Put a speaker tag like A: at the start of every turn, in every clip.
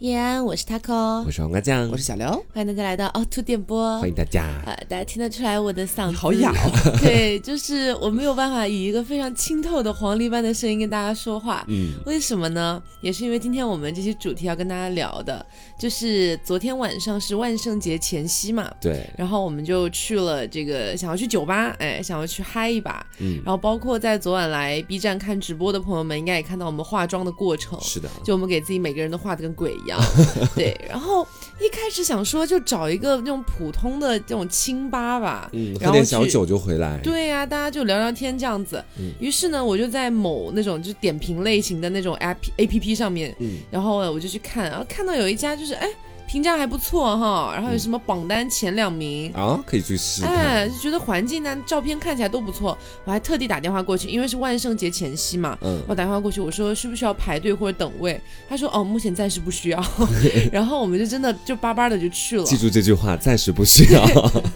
A: 叶安，我是 Taco，
B: 我是黄瓜酱，
C: 我是小刘，
A: 欢迎大家来到凹凸电波。
B: 欢迎大家。
A: 呃，大家听得出来我的嗓子
C: 好哑哦。
A: 对，就是我没有办法以一个非常清透的黄鹂般的声音跟大家说话。
B: 嗯，
A: 为什么呢？也是因为今天我们这期主题要跟大家聊的，就是昨天晚上是万圣节前夕嘛，
B: 对，
A: 然后我们就去了这个想要去酒吧，哎，想要去嗨一把。
B: 嗯，
A: 然后包括在昨晚来 B 站看直播的朋友们，应该也看到我们化妆的过程。
B: 是的，
A: 就我们给自己每个人都画的跟鬼 一样，对。然后一开始想说就找一个那种普通的这种清吧吧，
B: 嗯，
A: 然
B: 喝
A: 后
B: 点小
A: 去
B: 酒就回来。，
A: 对呀、大家就聊聊天这样子。
B: 嗯
A: 于是呢，我就在某那种就是点评类型的那种 A P A P P 上面，
B: 嗯，
A: 然后我就去看，然后看到有一家就是哎评价还不错哈，然后有什么榜单前两名。
B: 嗯啊，可以去试试看。
A: 哎，就觉得环境呢，照片看起来都不错。我还特地打电话过去，因为是万圣节前夕嘛，
B: 嗯，
A: 我打电话过去，我说需不需要排队或者等位？他说哦，目前暂时不 需要。然后我们就真的就巴巴的就去了，
B: 记住这句话，暂时不需要。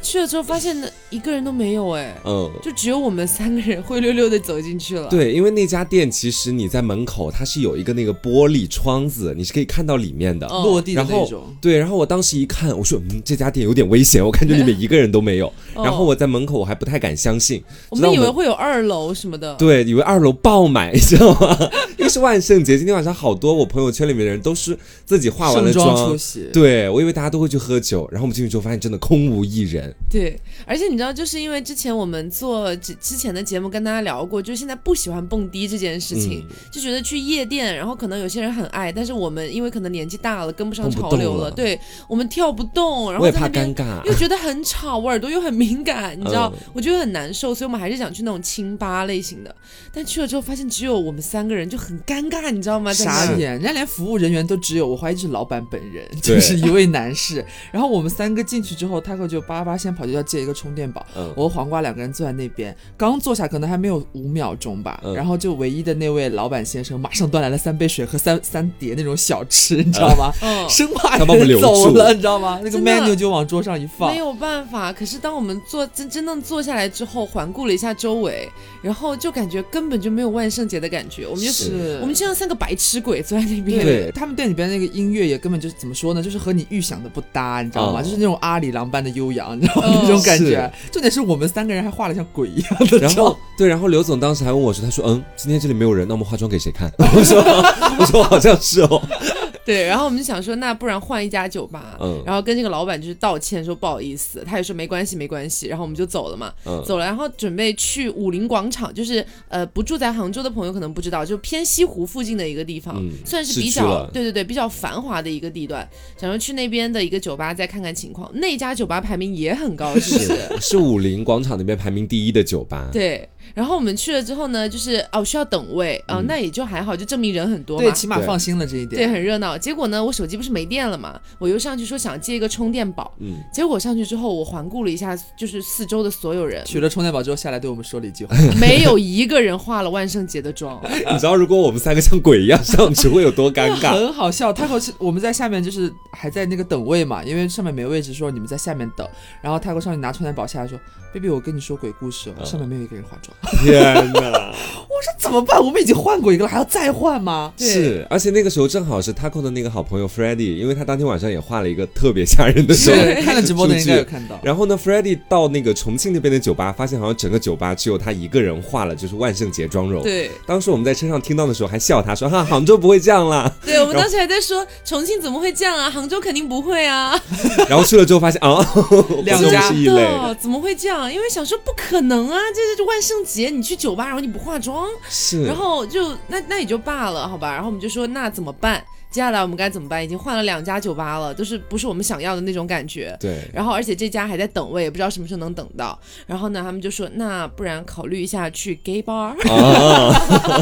A: 去了之后发现呢一个人都没有哎，
B: 嗯，
A: 就只有我们三个人灰溜溜的走进去了。，嗯
B: 对，因为那家店其实你在门口，它是有一个那个玻璃窗子，你是可以看到里面的。
A: 哦
C: 落地的
B: 然
C: 那
B: 后
C: 种，
B: 对，然后我当时一看，我说，嗯，这家店有点危险，我感觉里面一个人都没有。
A: 哦
B: 然后我在门口，我还不太敢相信，
A: 我
B: 直到
A: 们以为会有二楼什么的。
B: 对，以为二楼爆 满，你知道吗？因为是万圣节，今天晚上好多我朋友圈里面的人都是自己化完了
C: 盛装
B: 妆
C: 出，席，
B: 对我以为大家都会去喝酒，然后我们进去之后发现真的空无一人。
A: 对，而且你知道，就是因为之前我们做之之前的节目跟大家聊过，就是现在不喜欢蹦迪这件事
B: 嗯
A: 情，就觉得去夜店，然后可能有些人很爱，但是我们因为可能年纪大了，跟不上
B: 蹦不
A: 潮
B: 动
A: 流
B: 了
A: 对我们跳不动，然后
B: 我也
A: 在
B: 怕
A: 那边
B: 尴尬
A: 又，觉得很吵，我耳朵又很敏感，你知道，
B: 啊嗯
A: 我觉得很难受，所以我们还是想去那种清吧类型的。但去了之后发现只有我们三个人，就很尴尬，你知道吗？在
C: 傻
A: 那
C: 眼，人家连服务人员都只有，我怀疑是老板本人，
B: 对
C: 就是一位男士。然后我们三个进去之后，他可就巴巴先跑去要借一个充电宝。
B: 嗯，
C: 我和黄瓜两个人坐在那边，刚坐下可能还没有五秒钟吧，
B: 嗯
C: 然后就唯一的那位老板先生马上端来了三杯水和三三碟那种小吃，你知道吗？
A: 嗯。
C: 生怕
B: 他把我们
C: 人
B: 留
C: 走
B: 住
C: 了，你知道吗？那个
A: 真的
C: menu 就往桌上一放
A: 没，有办法，可是当我们坐真真正坐下来之后，环顾了一下周围，然后就感觉根本就没有万圣节的感觉。我们就是
C: 是
A: 我们就像三个白痴鬼坐在那边。
B: 对
C: 他们店里边那个音乐也根本就是怎么说呢，就是和你预想的不搭，你知道吗？
B: 哦
C: 就是那种阿里郎般的悠扬，你知道吗？
A: 嗯
C: 那种感觉
B: 是。
C: 重点是我们三个人还画的像鬼一样的
B: 然
C: 妆
B: 后，对，然后刘总当时还问我说，他说，嗯，今天这里没有人，那我们化妆给谁看？ 我说，我说好像是哦，
A: 对，然后我们就想说，那不然换一家酒吧，
B: 嗯
A: 然后跟这个老板就是道歉说不好意思，他也说没关系没关系，然后我们就走了嘛，
B: 嗯
A: 走了，然后准备去武林广场，就是呃不住在杭州的朋友可能不知道，就偏西湖附近的一个地方，
B: 嗯
A: 算是
B: 市
A: 比
B: 区
A: 较
B: 了
A: 对对对比较繁华的一个地段，想说去那边的一个酒吧再看看情况，那家酒吧排名也很高，是不是？
B: 是武林广场那边排名第一的酒吧。
A: 对，然后我们去了之后呢，就是哦需要等位啊、那也就还好，就证明人很多嘛，
C: 对，起码
B: 对
C: 放心了这一
A: 对，
C: 点。
A: 很热闹。结果呢，我手机不是没电了嘛，我又上去说想借一个充电宝。
B: 嗯，
A: 结果上去之后，我环顾了一下，就是四周的所有人，
C: 取了充电宝之后下来对我们说了一句话，
A: 没有一个人化了万圣节的妆。
B: 你知道如果我们三个像鬼一样上去会有多尴 尬？
C: 很好笑。他和我们在下面就是还在那个等位嘛，因为上面没位置，说你们在下面等。然后泰国上去拿充电宝下来说：“baby，我跟你说鬼故事
B: 嗯
C: 哦，上面没有一个人化妆。
B: 天哪！”
C: 我说怎么办？我们已经换过一个了，还要再换吗？
A: 对
B: 是，而且那个时候正好是 Taco 的那个好朋友 f r e d d y 因为他当天晚上也画了一个特别吓人的手
C: 对，看了直播的人应该有看到。
B: 然后呢 f r e d d y 到那个重庆那边的酒吧，发现好像整个酒吧只有他一个人化了就是万圣节妆容。
A: 对
B: 当时我们在车上听到的时候还笑他说：“哈，杭州不会这样啦。
A: 对，我们当时还在说重庆怎么会这样啊，杭州肯定不会啊。”
B: 然后去了之后发现 啊，
C: 两
B: 我
C: 家
B: 们是一类
A: 哦，怎么会这样？因为想说不可能啊，这是万圣节，你去酒吧然后你不化妆，
B: 是。
A: 然后就那那也就罢了，好吧。然后我们就说那怎么办？接下来我们该怎么办？已经换了两家酒吧了，都是不是我们想要的那种感觉。
B: 对，
A: 然后而且这家还在等位，也不知道什么时候能等到。然后呢，他们就说，那不然考虑一下去 gay bar，
B: 啊，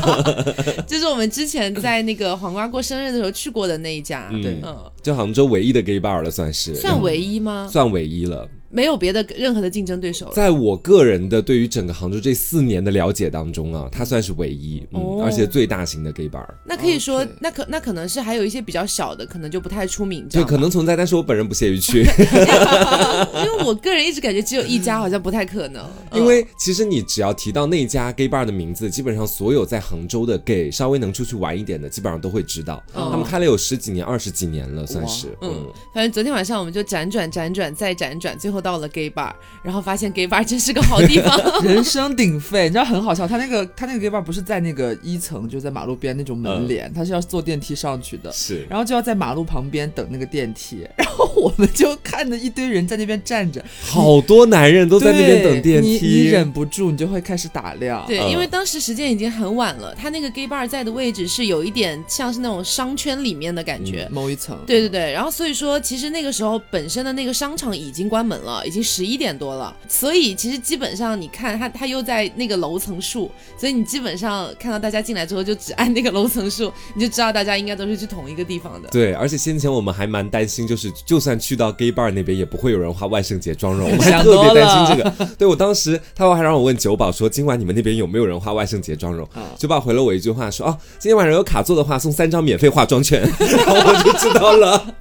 A: 这是我们之前在那个黄瓜过生日的时候去过的那一家。
B: 嗯
C: 对
A: 嗯，
B: 就杭州唯一的 gay bar 了，算是
A: 算唯一吗？
B: 算唯一了。
A: 没有别的任何的竞争对手了。
B: 在我个人的对于整个杭州这四年的了解当中啊，它算是唯一，嗯，
A: 哦
B: 而且最大型的 gay bar。
A: 那可以说
B: 哦
C: OK，
A: 那可那可能是还有一些比较小的，可能就不太出名，这
B: 对，
A: 样吧
B: 可能存在，但是我本人不屑于去，
A: 因为我个人一直感觉只有一家，好像不太可能。嗯
B: 因为其实你只要提到那家 gay bar 的名字，基本上所有在杭州的 gay 稍微能出去玩一点的，基本上都会知道。
A: 嗯
B: 他们开了有十几年、二十几年了，算是。
A: 嗯
B: 嗯，，
A: 反正昨天晚上我们就辗转辗转再辗转，最后到了 gay bar，然后发现 gay bar 真是个好地 方。
C: 人声鼎沸，你知道很好笑。他那个他那个 gay bar 不是在那个一层，就在马路边那种门
B: 嗯
C: 帘，他是要坐电梯上去的，
B: 是。
C: 然后就要在马路旁边等那个电梯。然后我们就看着一堆人在那边站着，
B: 好多男人都在那边等电
C: 对你你
B: 梯，
C: 忍不住，你就会开始打量。
A: 对，
B: 嗯
A: 因为当时时间已经很晚了，他那个 gay bar 在的位置是有一点像是那种商圈里面的感觉。
C: 某一层，
A: 对对对，然后所以说，其实那个时候本身的那个商场已经关门了，已经十一点多了，所以其实基本上你看他他又在那个楼层数，所以你基本上看到大家进来之后就只按那个楼层数，你就知道大家应该都是去同一个地方的。
B: 对，而且先前我们还蛮担心，就是就算去到 gay bar 那边，也不会有人化万圣节妆容，我们还
C: 想
B: 特
C: 多
B: 别担心这个。 对我当时，他还让我问九宝说，今晚你们那边有没有人化万圣节妆容？
C: 嗯
B: 九宝回了我一句话说，哦，今天晚上有卡座的话，送三张免费化妆券， 然后我就知道了。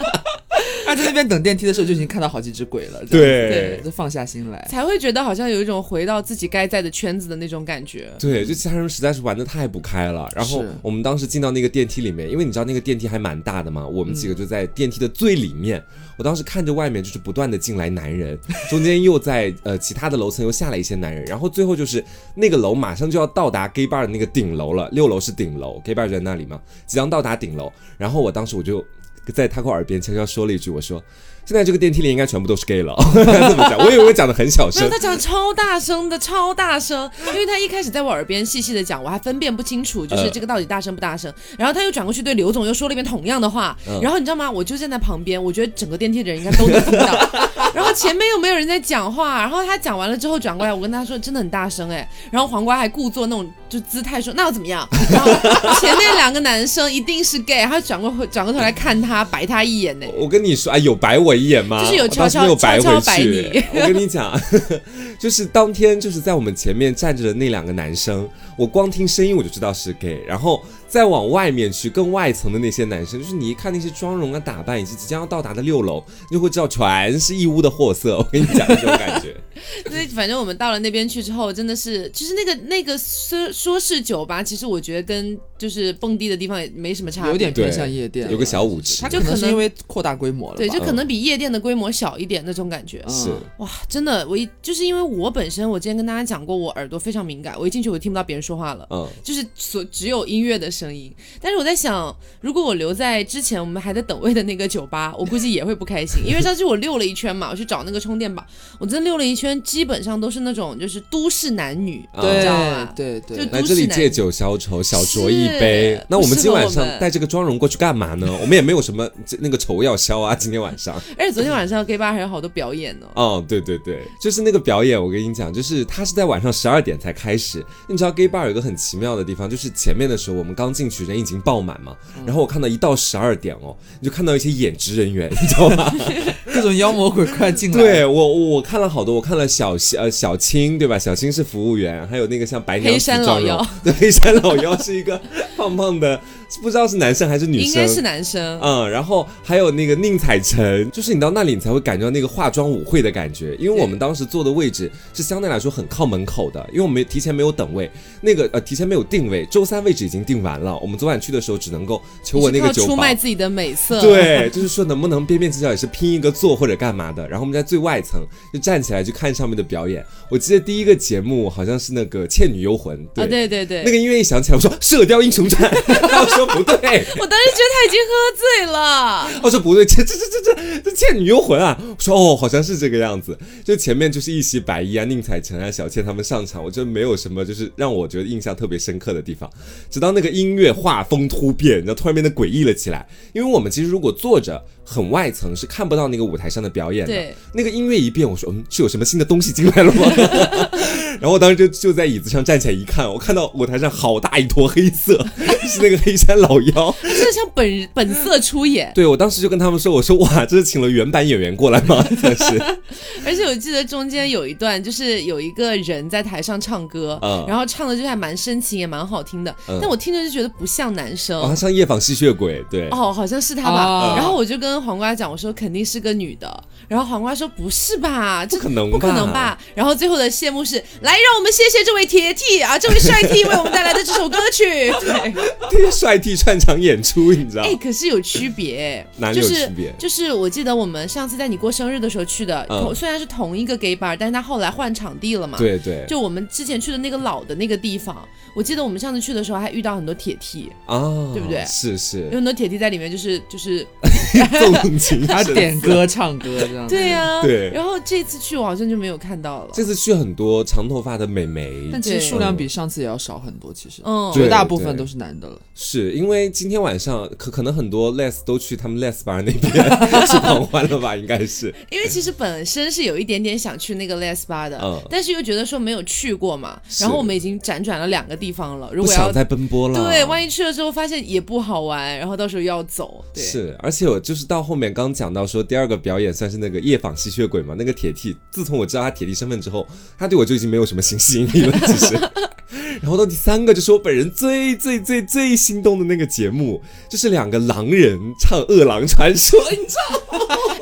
C: 他在那边等电梯的时候就已经看到好几只鬼了。这样
B: 对
C: 对，就放下心来。
A: 才会觉得好像有一种回到自己该在的圈子的那种感觉。
B: 对，就其他人实在是玩的太不开了。然后
C: 是
B: 我们当时进到那个电梯里面，因为你知道那个电梯还蛮大的嘛，我们几个就在电梯的最里面。我当时看着外面就是不断的进来男人，中间又在呃其他的楼层又下来一些男人，然后最后就是那个楼马上就要到达 gay bar 的那个顶楼了，六楼是顶楼，gay bar 就在那里嘛，即将到达顶楼。然后我当时我就在 Taco 耳边悄悄说了一句，我说。现在这个电梯里应该全部都是 gay 了， 这么讲，我以为我讲的很小
A: 没
B: 声
A: 有，，他讲得超大声的，超大声，因为他一开始在我耳边细细的讲，我还分辨不清楚，就是
B: 呃
A: 这个到底大声不大声。然后他又转过去对刘总又说了一遍同样的话，然后你知道吗？我就站在旁边，我觉得整个电梯的人应该都能听到。 然后前面又没有人在讲话，然后他讲完了之后转过来，我跟他说真的很大声哎，然后黄瓜还故作那种就姿态说那又怎么样？然后前面两个男生一定是 gay，他转过转过头来看他，白他一眼呢。
B: 我跟你说，哎，有白我一眼吗？
A: 就是有
B: 我当时
A: 悄悄
B: 没有白
A: 悄
B: 回
A: 悄白
B: 去
A: 你。
B: 我跟你讲，就是当天就是在我们前面站着的那两个男生，我光听声音我就知道是 gay，然后再往外面去更外层的那些男生，就是你一看那些妆容啊、打扮以及即将要到达的六楼，你就会知道全是义乌的货色。我跟你讲，这种感觉。
A: 所以反正我们到了那边去之后，真的是，其实那个那个说说是酒吧，其实我觉得跟就是蹦迪的地方也没什么差别，
C: 有点
B: 对
C: 偏向夜店，
B: 有个小舞池
C: 他
A: 就
C: 可能
A: 可
C: 是
A: 能
C: 因为扩大规模了吧，
A: 对，就可能比夜店的规模小一点那种感觉。
C: 嗯
B: 是
A: 哇，真的，我一就是因为我本身，我之前跟大家讲过，我耳朵非常敏感，我一进去我就听不到别人说话了。
B: 嗯，
A: 就是所只有音乐的声音，但是我在想，如果我留在之前我们还在等位的那个酒吧，我估计也会不开 心，因为上次我溜了一圈嘛，我去找那个充电宝，我真溜了一圈，基本上都是那种就是都市男女，
B: 啊
A: 你知道吗？
C: 对对
A: 就
C: 对，
B: 来这里借酒消愁，小酌一杯
A: 是。
B: 那我们今晚
A: 不适合
B: 上
A: 我们
B: 带这个妆容过去干嘛呢？我们也没有什么这那个仇要消啊，今天晚上。
A: 而且昨天晚上 gay bar 还有好多表演呢。
B: 哦，对对对，就是那个表演，我跟你讲，就是它是在晚上十二点才开始。你知道 gay bar 有一个很奇妙的地方，就是前面的时候我们刚进去，人已经爆满嘛，
A: 嗯
B: 然后我看到一到十二点哦，你就看到一些演职人员，你知 道吗？
C: 各种妖魔鬼怪进来，
B: 对我我看了好多，我看了小呃小青对吧？小青是服务员，还有那个像白娘
A: 黑
B: 子
A: 山
B: 妆
A: 老
B: 容
A: 妖，
B: 对，黑山老妖是一个 胖胖的，不知道是男生还是 女生，
A: 应该是男生，
B: 嗯，然后还有那个宁采臣，就是你到那里你才会感觉到那个化妆舞会的感觉，因为我们当时坐的位置是相对来说很靠门口的，因为我们提前没有等位，那个呃提前没有定位，周三位置已经定完了，我们昨晚去的时候只能够求我那个
A: 你是
B: 酒
A: 靠出
B: 保。
A: 卖自己的美色，，啊
B: 对，就是说能不能边边角角也是拼一个座或者干嘛的，然后我们在最外层就站起来去看上面的表演。我记得第一个节目好像是那个《倩女幽魂》，对，
A: 啊，对对对，
B: 那个音乐一响起来，我说《射雕英雄传》， 然后我说不对，
A: 我当时觉得他已经喝醉了，
B: 我说不对，这这这这这这倩女幽魂啊！我说哦，好像是这个样子。就前面就是一袭白衣啊，宁采臣啊、小倩他们上场，我觉得没有什么就是让我觉得印象特别深刻的地方。直到那个音乐画风突变，然后突然变得诡异了起来。因为我们其实如果坐着很外层是看不到那个舞台上的表演的
A: 对。
B: 那个音乐一变，我说嗯，是有什么新的东西进来了吗？然后我当时就就在椅子上站起来一看，我看到舞台上好大一坨黑色，是那个黑山老妖。
A: 真的像本本色出演。
B: 对我当时就跟他们说，我说哇，这是请了原版演员过来吗？ 真 是，
A: 而且我记得中间有一段，就是有一个人在台上唱歌，
B: 嗯
A: 然后唱的就是还蛮深情，也蛮好听的，
B: 嗯
A: 但我听着就觉得不像男生。
B: 哦，他像夜访吸血鬼，对，
A: 哦，好像是他吧。
C: 哦
A: 然后我就跟黄瓜讲，我说肯定是个女的。然后黄瓜说不是吧，这
B: 不可能
A: 不可能吧？然后最后的谢幕是来，让我们谢谢这位铁 T 啊，这位帅 T 为我们带来的这首歌曲。 对，
B: 对，帅 T 串场演出，你知道
A: 哎、？可是有区别，
B: 哪里
A: 就
B: 有
A: 是
B: 区别
A: 就是我记得我们上次在你过生日的时候去的，
B: 嗯
A: 同虽然是同一个 gay bar，但是他后来换场地了嘛。。
B: 对对
A: 就我们之前去的那个老的那个地方，我记得我们上次去的时候还遇到很多铁 T，
B: 啊，
A: 对不对
B: 是是
A: 有，很多铁 T 在里面、就是，就是
B: 纵情
C: 还要
B: 神
C: 点
B: 色
C: 歌唱歌这样子。
A: 对呀、
B: 对
A: 然后这次去我好像就没有看到了。
B: 这次去很多长头发的美眉，
C: 但其实
A: 对
C: 数量比上次也要少很多，其实
A: 嗯，
B: 对
C: 绝大部分都是男的了。
B: 是因为今天晚上可可能很多 les 都去他们 les bar 那边 去狂欢了吧？应该是
A: 因为其实本身是有一点点想去那个 Les Bar 的，
B: 嗯
A: 但是又觉得说没有去过嘛，
B: 是
A: 然后我们已经辗转了两个地方了，如
B: 不
A: 果要
B: 想再奔波了。
A: 对，万一去了之后发现也不好玩，然后到时候又要走，对，
B: 是，而且我就是到后面刚讲到说，第二个表演算是那个夜访吸血鬼嘛，那个铁 T，自从我知道他铁 T 身份之后，他对我就已经没有什么性吸引力了，其 实。然后到第三个就是我本人最最最最心动的那个节目，就是两个狼人唱《饿狼传说》，你知道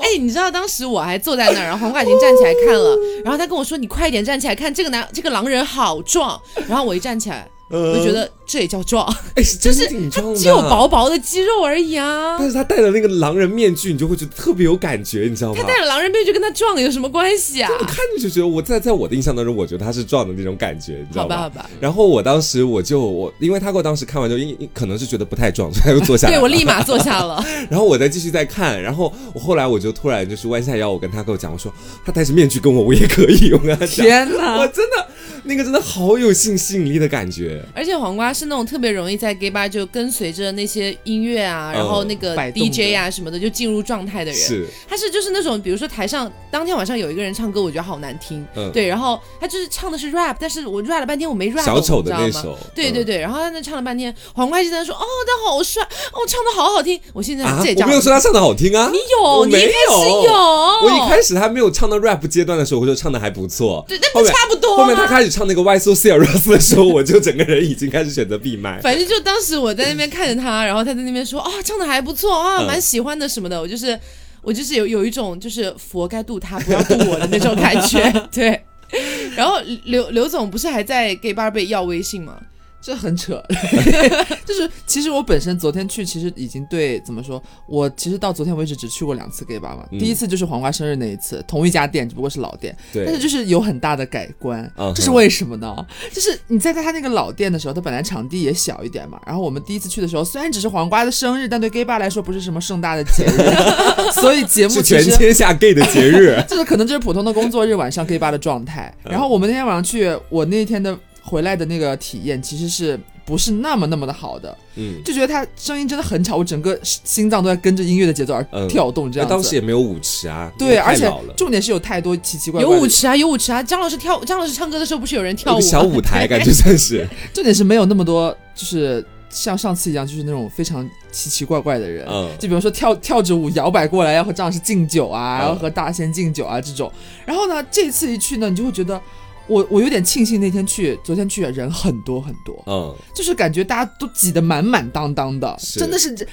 A: 哎、你知道当时我还坐在那儿，然后黄瓜已经站起来看了，然后他跟我说：“你快点站起来看，这个男这个狼人好壮。”然后我一站起来，
B: 呃
A: 我就觉得这也叫壮，
B: 哎，是真是挺壮的，
A: 只有薄薄的肌肉而已啊
B: 但。是他戴了那个狼人面具，你就会觉得特别有感觉，你知道吗
A: 他？戴了狼人面具跟他壮有什么关系啊？
B: 看着就觉得我在在我的印象当中，我觉得他是壮的那种感觉，你知道
A: 好吧，
B: 吧
A: 好？吧，
B: 然后我当时我就我，因为他给我当时看完就因因可能是觉得不太壮， 所以他就坐下来
A: 对
B: 了。
A: 我立马坐下 了。
B: 然后我再继续再看，然后我后来我就突然就是弯下腰，我跟他跟我讲，我说他戴着面具跟我，我也可以。啊我 跟他讲，
C: 天
B: 我
A: 啊
C: 哪！
B: 真的那个真的好有性吸引力的感觉。
A: 而且黄瓜是那种特别容易在 gay bar 就跟随着那些音乐
B: 哦
A: 啊，然后那个
C: 摆动的
A: DJ 啊什么的就进入状态的人。
B: 是，
A: 他是就是那种，比如说台上当天晚上有一个人唱歌，我觉得好难听，
B: 嗯
A: 对，然后他就是唱的是 rap，但是我 rap 了半天我没 rap，
B: 小丑的
A: 你
B: 那
A: 知道吗？
B: 首，
A: 对对
B: 嗯。
A: 对，然后他那唱了半天，黄瓜一直在说，哦，他好帅，哦，唱的好好听，我现在
B: 啊
A: 这也！
B: 我
A: 叫
B: 没有说他唱的好听啊，
A: 你有，
B: 我
A: 你一
B: 没
A: 开始
B: 有
A: 有，
B: 我一开始还没有唱到 rap 阶段的时候，我就唱的还不错。
A: 对，那
B: 后
A: 不
B: 面
A: 差不多、啊。
B: 后面他开始唱那个 Why So Serious 的时候，我就整个人已经开始选择闭麦。
A: 反正就当时我在那边看着 他，然后他在那边说啊、唱的还不错啊，
B: 嗯
A: 蛮喜欢的什么的。我就是我就是有有一种就是佛该渡他，不要渡我的那种感 觉。对。然后刘刘总不是还在 gay bar 被要微信吗？
C: 这很扯， 就是其实我本身昨天去，其实已经对怎么说，我其实到昨天为止只去过两次 gay 吧嘛。
B: 嗯
C: 第一次就是黄瓜生日那一次，同一家店，只不过是老店，但是
B: 对，
C: 就是有很大的改观
B: 嗯哼，
C: 这是为什么呢？就是你在他那个老店的时候，他本来场地也小一点嘛，然后我们第一次去的时候，虽然只是黄瓜的生日，但对 gay 爸来说不是什么盛大的节 日，所以节目
B: 是
C: 其
B: 全
C: 实。。
B: 天下 gay 的节日
C: 就是可能就是普通的工作日晚上 gay 吧的状态，然后我们那天晚上去，我那天的回来的那个体验其实是不是那么那么的好的，
B: 嗯，
C: 就觉得他声音真的很吵，我整个心脏都在跟着音乐的节奏而
B: 嗯
C: 跳动，这
B: 那
C: 样子。
B: 当时也没有舞池啊，因为
C: 对，
B: 太
C: 而且
B: 老了
C: 重点是有太多奇奇怪
A: 有
C: 怪的
A: 舞池啊，有舞池啊！张老师跳，张老师唱歌的时候不是有人跳
B: 有
A: 舞
B: 个
A: 吗
B: 小舞台，感觉像 是
C: 重点是没有那么多，就是像上次一样，就是那种非常奇奇怪怪的人。
B: 嗯
C: 就比如说跳跳着舞摇摆过来，要和张老师敬酒
B: 嗯
C: 啊，然后和大仙敬酒啊这种。然后呢，这次一去呢，你就会觉得我我有点庆幸那天去，昨天去人很多很多，
B: 嗯，
C: 就是感觉大家都挤得满满当当的，
B: 是
C: 真的是这。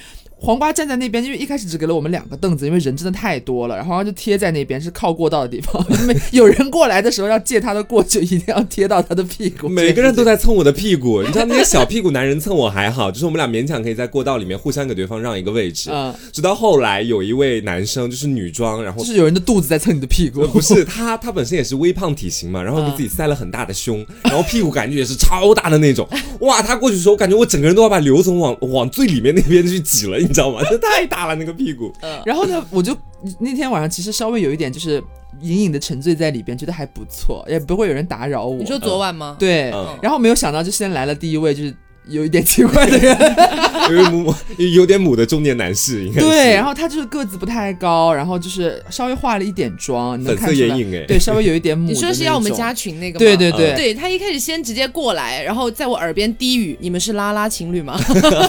C: 黄瓜站在那边，因为一开始只给了我们两个凳子，因为人真的太多了。然后黄瓜就贴在那边，是靠过道的地 方。没有人过来的时候要借他的过去，一定要贴到他的屁股。
B: 每个人都
C: 在。
B: 在蹭我的屁股，你知道那些小屁股男人蹭我还好，就是我们俩勉强可以在过道里面互相给对方让一个位置。
C: 嗯，
B: 直到后来有一位男生就是女装，然后
C: 就是有人的肚子在蹭你的屁股
B: 呃，不是他，他本身也是微胖体型嘛，然后给
C: 嗯
B: 自己塞了很大的胸，然后屁股感觉也是超大的那 种。哇，他过去的时候，我感觉我整个人都要把刘总往 往最里面那边去挤了，你知道吗？ 这太大了那个屁股。
C: 然后呢，我就那天晚上其实稍微有一点就是隐隐的沉醉在里边，觉得还不错，也不会有人打扰我。
A: 你说昨晚吗？
C: 对，
B: 嗯
C: 然后没有想到就先来了第一位就是有一点奇怪 的人，
B: 嗯有点母有点母的中年男士，应该是
C: 对，然后他就是个子不太高，然后就是稍微化了一点妆，你能
B: 粉
C: 看
B: 色
C: 出
B: 眼
C: 来，
B: 影嗯哎，
C: 对，稍微有一点母的
A: 你
C: 那种。
A: 说是要我们加群那个吗？
C: 对对对
A: 对，他一开始先直接过来，然后在我耳边低语：“你们是拉拉情侣吗？”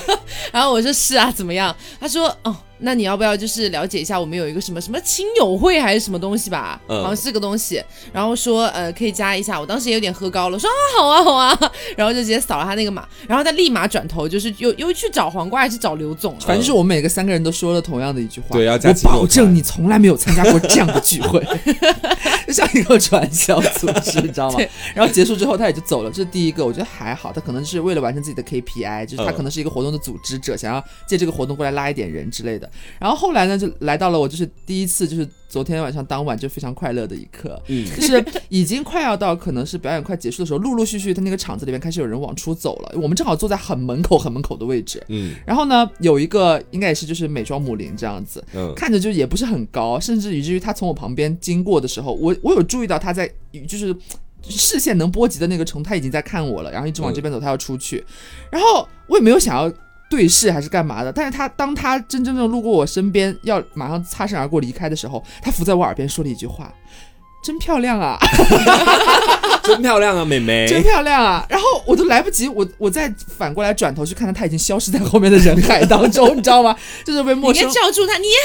A: 然后我说：“是啊，怎么样？”他说：“哦，那你要不要就是了解一下我们有一个什么什么亲友会还是什么东西吧？
B: 嗯
A: 好像是个东西。”然后说：“呃，可以加一下。”我当时也有点喝高了，说：“啊，好啊，好啊。” 然后就直接扫了他那个码，然后他立马转头就是又又去找黄瓜还是找刘总啊了。
C: 反正就是我们每个三个人都说了同样的一句话，
B: 对要加
C: 我
B: 亲友
C: 保证
B: 团
C: 你从来没有参加过这样的聚 会，就像一个传销组织，你知道吗
A: 对？
C: 然后结束之后他也就走了，这是第一个，我觉得还好，他可能是为了完成自己的 KPI，就是他
B: 嗯
C: 可能是一个活动的组织者，想要借这个活动过来拉一点人之类的。然后后来呢，就来到了我就是第一次就是昨天晚上当晚就非常快乐的一 刻，
B: 嗯
C: 就是已经快要到可能是表演快结束的时候，陆陆续续他那个场子里面开始有人往出走了，我们正好坐在很门口很门口的位置，
B: 嗯
C: 然后呢，有一个应该也是就是美妆母林这样子，
B: 嗯，
C: 看着就也不是很高，甚至以至于他从我旁边经过的时候，我我有注意到他在就是视线能波及的那个程度，他已经在看我了，然后一直往这边走，他要出去，然后我也没有想要。对视还是干嘛的？但是他当他真真正路过我身边，要马上擦身而过离开的时候，他伏在我耳边说了一句话：“真漂亮啊。”
B: 真漂亮啊，美眉，
C: 真漂亮啊！然后我都来不及，我我再反过来转头去看他，他已经消失在后面的人海当中，你知道吗？就是被
A: 你
C: 陌
A: 应该
C: 生，
A: 叫住他，你也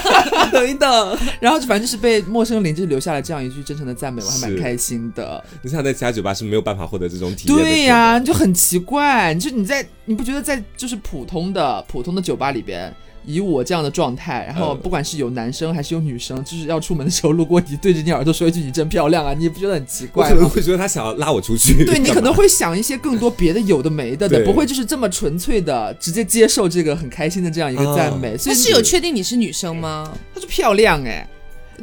C: 等一等， 然后就反正就是被陌生灵就是留下了这样一句真诚的赞美，我还蛮
B: 是
C: 开心的。
B: 你想在其他酒吧是没有办法获得这种体验的。
C: 对呀、就很奇怪，就你在你不觉得在就是普通的普通的酒吧里边。以我这样的状态，然后
B: 嗯
C: 不管是有男生还是有女生，就是要出门的时候路过你，对着你耳朵说一句“你真漂亮啊”，你也不觉得很奇
B: 我
C: 怪
B: 可
C: 吗
B: 能？会觉得他想要拉我出去。
C: 对你
B: 干
C: 可
B: 嘛
C: 能会想一些更多别的有的没的的，
B: 对
C: 不会就是这么纯粹的直接接受这个很开心的这样一个
B: 啊
C: 赞美，所
A: 他
C: 以
A: 是有确定你是女生吗？
C: 她就漂亮哎、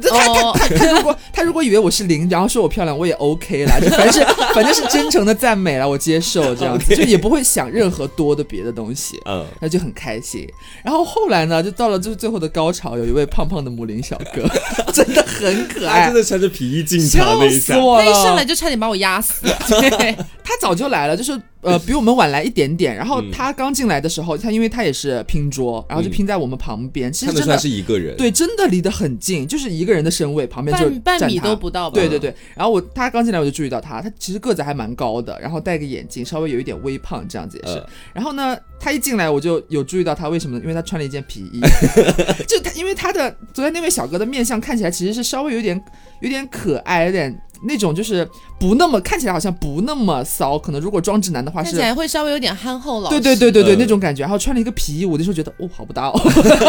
C: 这他他
A: 哦
C: 他 他如果他如果以为我是零，然后说我漂亮，我也 OK 啦，就反正是反正是真诚的赞美了，我接受这样子，就也不会想任何多的别的东西，
B: 嗯，
C: 那就很开心。然后后来呢，就到了就是最后的高潮，有一位胖胖的母林小哥， 真的很可
B: 他
C: 爱
B: 真，的穿着皮衣进场
C: 笑
B: 那一
C: 死
B: 下，
C: 我
A: 他
C: 了！
A: 一上来就差点把我压死。 对。
C: 他早就来了，就是呃比我们晚来一点点。然后
B: 嗯
C: 他刚进来的时候，他因为他也是拼桌，然后就拼在我们旁边，其实
B: 看得
C: 真
B: 出来
C: 的
B: 是一个人。，
C: 对，真的离得很近，就是一个人的身位，旁边就
A: 半半
C: 站
A: 米
C: 他
A: 都。不到吧？
C: 对对对，然后我他刚进来我就注意到他，他其实个子还蛮高的，然后戴个眼镜，稍微有一点微胖这样子也是。
B: 呃，
C: 然后呢，他一进来我就有注意到他，为什么呢？因为他穿了一件皮 衣，就他因为他的昨天那位小哥的面相看起来其实是稍微有点有点可爱，有点那种就是不那么看起来好像不那么骚，可能如果装直男的话
A: 看
C: 是
A: 起。来会稍微有点憨厚老
C: 对
A: 实。
C: 对对对对，
B: 嗯
C: 那种感觉，然后穿了一个皮衣，我那时候觉得哦，好不搭哦，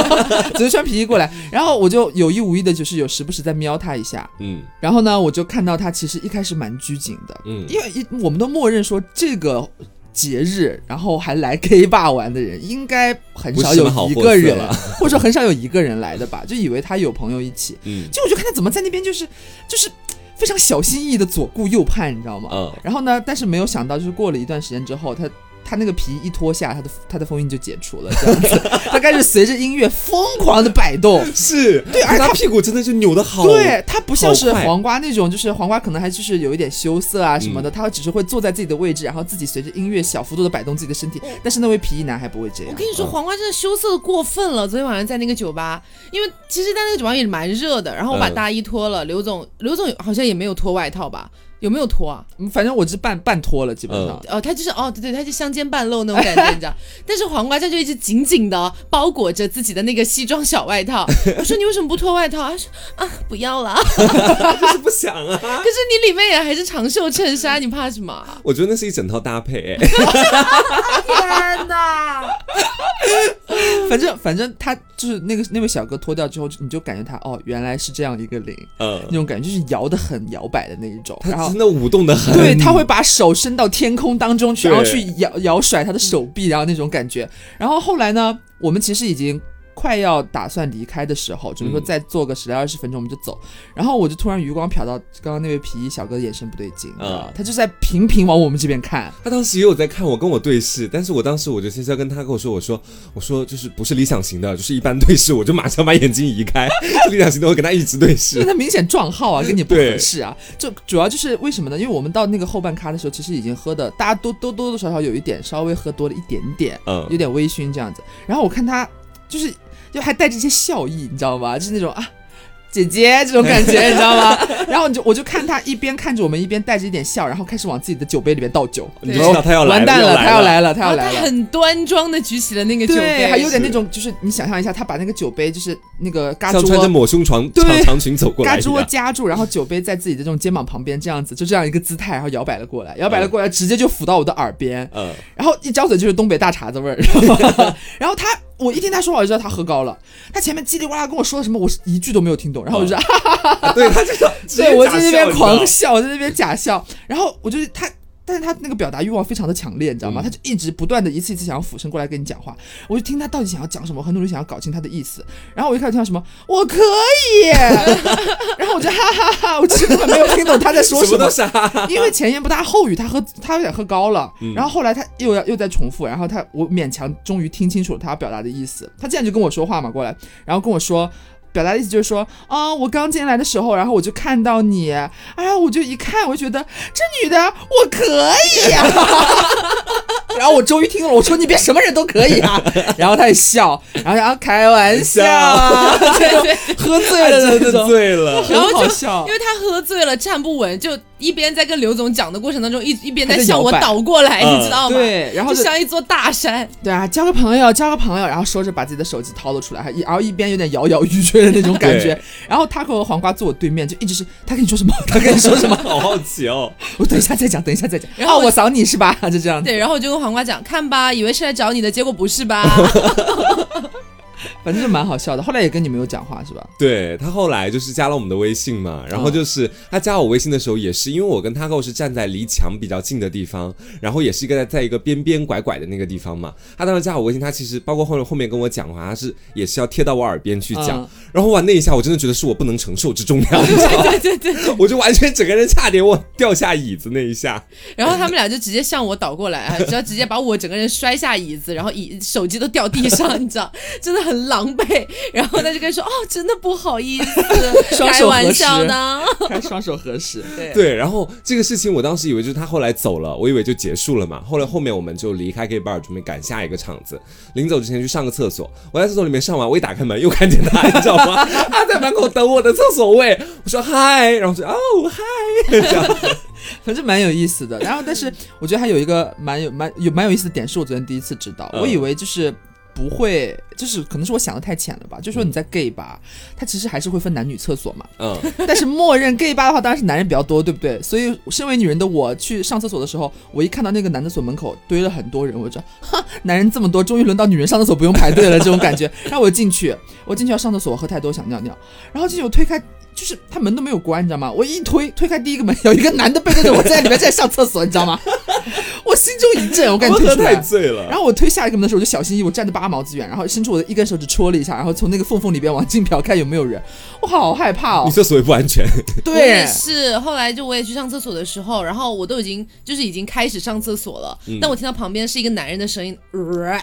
C: 只是穿皮衣过来，然后我就有意无意的，就是有时不时在瞄他一下，
B: 嗯
C: 然后呢，我就看到他其实一开始蛮拘谨的，
B: 嗯，
C: 因为一我们都默认说这个节日，然后还来 gay 吧玩的人，应该很
B: 不
C: 少
B: 是什
C: 有
B: 么好
C: 一
B: 货
C: 个
B: 色
C: 人
B: 了，
C: 或者说很少有一个人来的吧，就以为他有朋友一起。
B: 嗯
C: 就我就看他怎么在那边就是就是非常小心翼翼的左顾右盼，你知道吗？
B: 嗯
C: 然后呢，但是没有想到，就是过了一段时间之后，他。他那个皮一脱下，他的他的封印就解除了，这样子， 他开始随着音乐疯狂的摆动，
B: 是，对，而且他屁股真的就扭的好，
C: 对，它不像是
B: 哦好快
C: 黄瓜那种，就是黄瓜可能还就是有一点羞涩啊什么
B: 嗯
C: 的，它只是会坐在自己的位置，然后自己随着音乐小幅度的摆动自己的身体。但是那位皮衣男还不会这
A: 我
C: 样，
A: 跟你说，
B: 嗯
A: 黄瓜真的羞涩的过分了。昨天晚上在那个酒吧，因为其实，在那个酒吧也蛮热的。然后我把
B: 嗯
A: 大衣脱了，刘总，刘总好像也没有脱外套吧？有没有脱啊？
C: 嗯反正我是半半脱了，基本
B: 嗯
C: 上。
A: 哦，他就是哦，对对，他就香肩半露那种感觉，你知 道。但是黄瓜他就一直紧紧的包裹着自己的那个西装小外 套。我说你为什么不脱外套？他说啊，不要了。可
B: 就是不想啊。
A: 是你里面也还是长袖衬衫，你怕什么啊？
B: 我觉得那是一整套搭配，哎，
A: 天哪！
C: 反正反正他就是那个那位小哥脱掉之后，就你就感觉他哦，原来是这样一个零，那
B: 嗯，
C: 种感觉就是摇的很摇摆的那一种，然
B: 他
C: 后
B: 真。的舞动的很，
C: 对，他会把手伸到天空当中去，
B: 对
C: 然后去摇摇甩他的手臂，然后那种感觉。然后后来呢，我们其实已经快要打算离开的时候，只能说
B: 嗯
C: 再坐个十来二十分钟我们就走。然后我就突然余光瞟到刚刚那位皮衣小哥的眼神不对劲，啊
B: 嗯
C: 他就在频频往我们这边看。
B: 他当时也有在看我，跟我对视，但是我当时我就先是要跟他跟我说，我说我说就是不是理想型的，就是一般对视，我就马上把眼睛移开。理想型的我跟他一直对
C: 因为
B: 视，
C: 他明显撞号啊，跟你不合
B: 对
C: 适啊。就主要就是为什么呢？因为我们到那个后半咖的时候，其实已经喝的，大家都多多多少少有一点，稍微喝多了一点点，有
B: 嗯，
C: 点微醺这样子。然后我看他就是就还带着一些笑意，你知道吗？就是那种啊。姐姐这种感觉，你知道吗？ 然后你就我就看他一边看着我们，一边带着一点笑，然后开始往自己的酒杯里面倒酒。
B: 哦你就知道他要来了，
C: 完蛋
B: 要
C: 了，
B: 来
C: 他要来了，哦他要
A: 然
C: 来
A: 后
C: 了
A: 他。很端庄的举起了那个酒杯，
C: 对，还有点
B: 是
C: 那种，就是你想象一下，他把那个酒杯，就是那个嘎
B: 像穿着
C: 桌
B: 抹胸长
C: 对
B: 长长裙走过
C: 嘎
B: 来一
C: 桌
B: 样。
C: 夹住，然后酒杯在自己的这种肩膀旁边，这样子就这样一个姿态，然后摇摆了过来，摇摆了过来，直接就抚到我的耳边，
B: 嗯，
C: 然后一张嘴就是东北大碴子味儿， 然后然后他。我一听他说话，我就知道他喝高了。他前面叽里呱啦跟我说了什么，我是一句都没有听懂。然后我 就，啊、
B: 啊对他就是直接
C: 对我
B: 假
C: 在
B: 笑
C: 那边
B: 你知道
C: 狂笑，我在那边假笑。然后我就是他，但是他那个表达欲望非常的强烈，你知道吗？
B: 嗯
C: 他就一直不断的一次一次想要俯身过来跟你讲话。我就听他到底想要讲什么，我很努力想要搞清他的意思。然后我就开始听到什么，我可以， 然后我就哈哈哈我其实根本没有听懂他在说
B: 什
C: 什
B: 么
C: 么
B: 都，傻，
C: 因为前言不搭后语，他喝他有点喝高了，然后后来他又要又在重复，然后他我勉强终于听清楚了他要表达的意思，他竟然就跟我说话嘛过来，然后跟我说。表达的意思就是说，啊、我刚进来的时候，然后我就看到你，哎呀，我就一看，我就觉得这女的我可以啊呀、 然后我终于听懂了，我说你别什么人都可以啊，然后他也笑，然后然后开玩笑啊，这种 喝醉了
B: 真
C: 这
B: 的
C: 种，
B: 醉了。
A: 然后
C: 很
A: 就
C: 好笑
A: 因。为他喝醉了，站不稳，就一边在跟刘总讲的过程当中，一一边在
C: 他在
A: 向我
C: 摇摆
A: 倒过来，
B: 嗯
A: 你知道吗？，
C: 对，然后
A: 就
C: 就
A: 像一座大山。
C: 对啊，交个朋友，交个朋友，然后说着把自己的手机掏了出来，还一然后一边有点摇摇欲坠的那种感觉
B: 对。
C: 然后 taco 和黄瓜坐我对面，就一直是他跟你说什么，他跟你说什么，
B: 好好奇哦，
C: 我等一下再讲，等一下再讲。
A: 然后
C: 哦
A: 我
C: 我扫你是吧？就这样子，
A: 对，然后我就跟黄瓜讲，看吧，以为是来找你的，结果不是 吧？
C: 反正就蛮好笑的。后来也跟你没有讲话是吧？
B: 对他后来就是加了我们的微信嘛，
A: 嗯
B: 然后就是他加我微信的时候也是，因为我跟他够是站在离墙比较近的地方，然后也是一个在在一个边边拐拐的那个地方嘛。他当时加我微信，他其实包括后面后面跟我讲话，他是也是要贴到我耳边去讲。
C: 嗯
B: 然后哇，那一下我真的觉得是我不能承受之重量，你知道吗
A: 对对对。
B: 我就完全整个人差点我掉下椅子那一下。
A: 然后他们俩就直接向我倒过来，啊，只要直接把我整个人摔下椅子，然后椅手机都掉地上，你知道， 真的很狼狈。然后他就跟说：“哦，真的不好意思，
C: 双
A: 开
C: 手合
A: 玩
C: 十，
A: 笑呢。
C: 开双手合十。
A: 对
B: 对，然后这个事情我当时以为就是他后来走了，我以为就结束了嘛。后来后面我们就离开 gay bar 准备赶下一个场子，临走之前去上个厕所。我在厕所里面上完，我一打开门又看见他，你知道吗？ 他在门口等我的厕所位，我说嗨，然后说哦嗨，
C: 反正蛮有意思的。然后，但是我觉得还有一个蛮有蛮有蛮有意思的点，是我昨天第一次知道，
B: 嗯
C: 我以为就是。不会，就是可能是我想的太浅了吧。就说你在 gay 吧，它其实还是会分男女厕所嘛。
B: 嗯，
C: 但是默认 gay 吧的话，当然是男人比较多，对不对？所以身为女人的我去上厕所的时候，我一看到那个男厕所门口堆了很多人，我就知道，哈，男人这么多，终于轮到女人上厕所不用排队了这种感觉。然后我进去，我进去要上厕所，我喝太多想尿尿，然后进去我推开。就是他门都没有关，你知道吗？我一推推开第一个门，有一个男的背对着我在里面在上厕所，你知道吗？ 我心中一震，我赶
B: 我
C: 紧
B: 喝
C: 退出来
B: 太。醉了
C: 然。后我推下一个门的时候，我就小心翼翼，我站的八毛之远，然后伸出我的一根手指戳了一下，然后从那个缝缝里边往镜瞟看有没有人。我好害 怕
B: 你
C: 哦！
B: 厕所也不安全，
A: 我也
C: 对，
A: 是，后来就我也去上厕所的时候，然后我都已经就是已经开始上厕所了，
C: 嗯
A: 但我听到旁边是一个男人的声音， 呃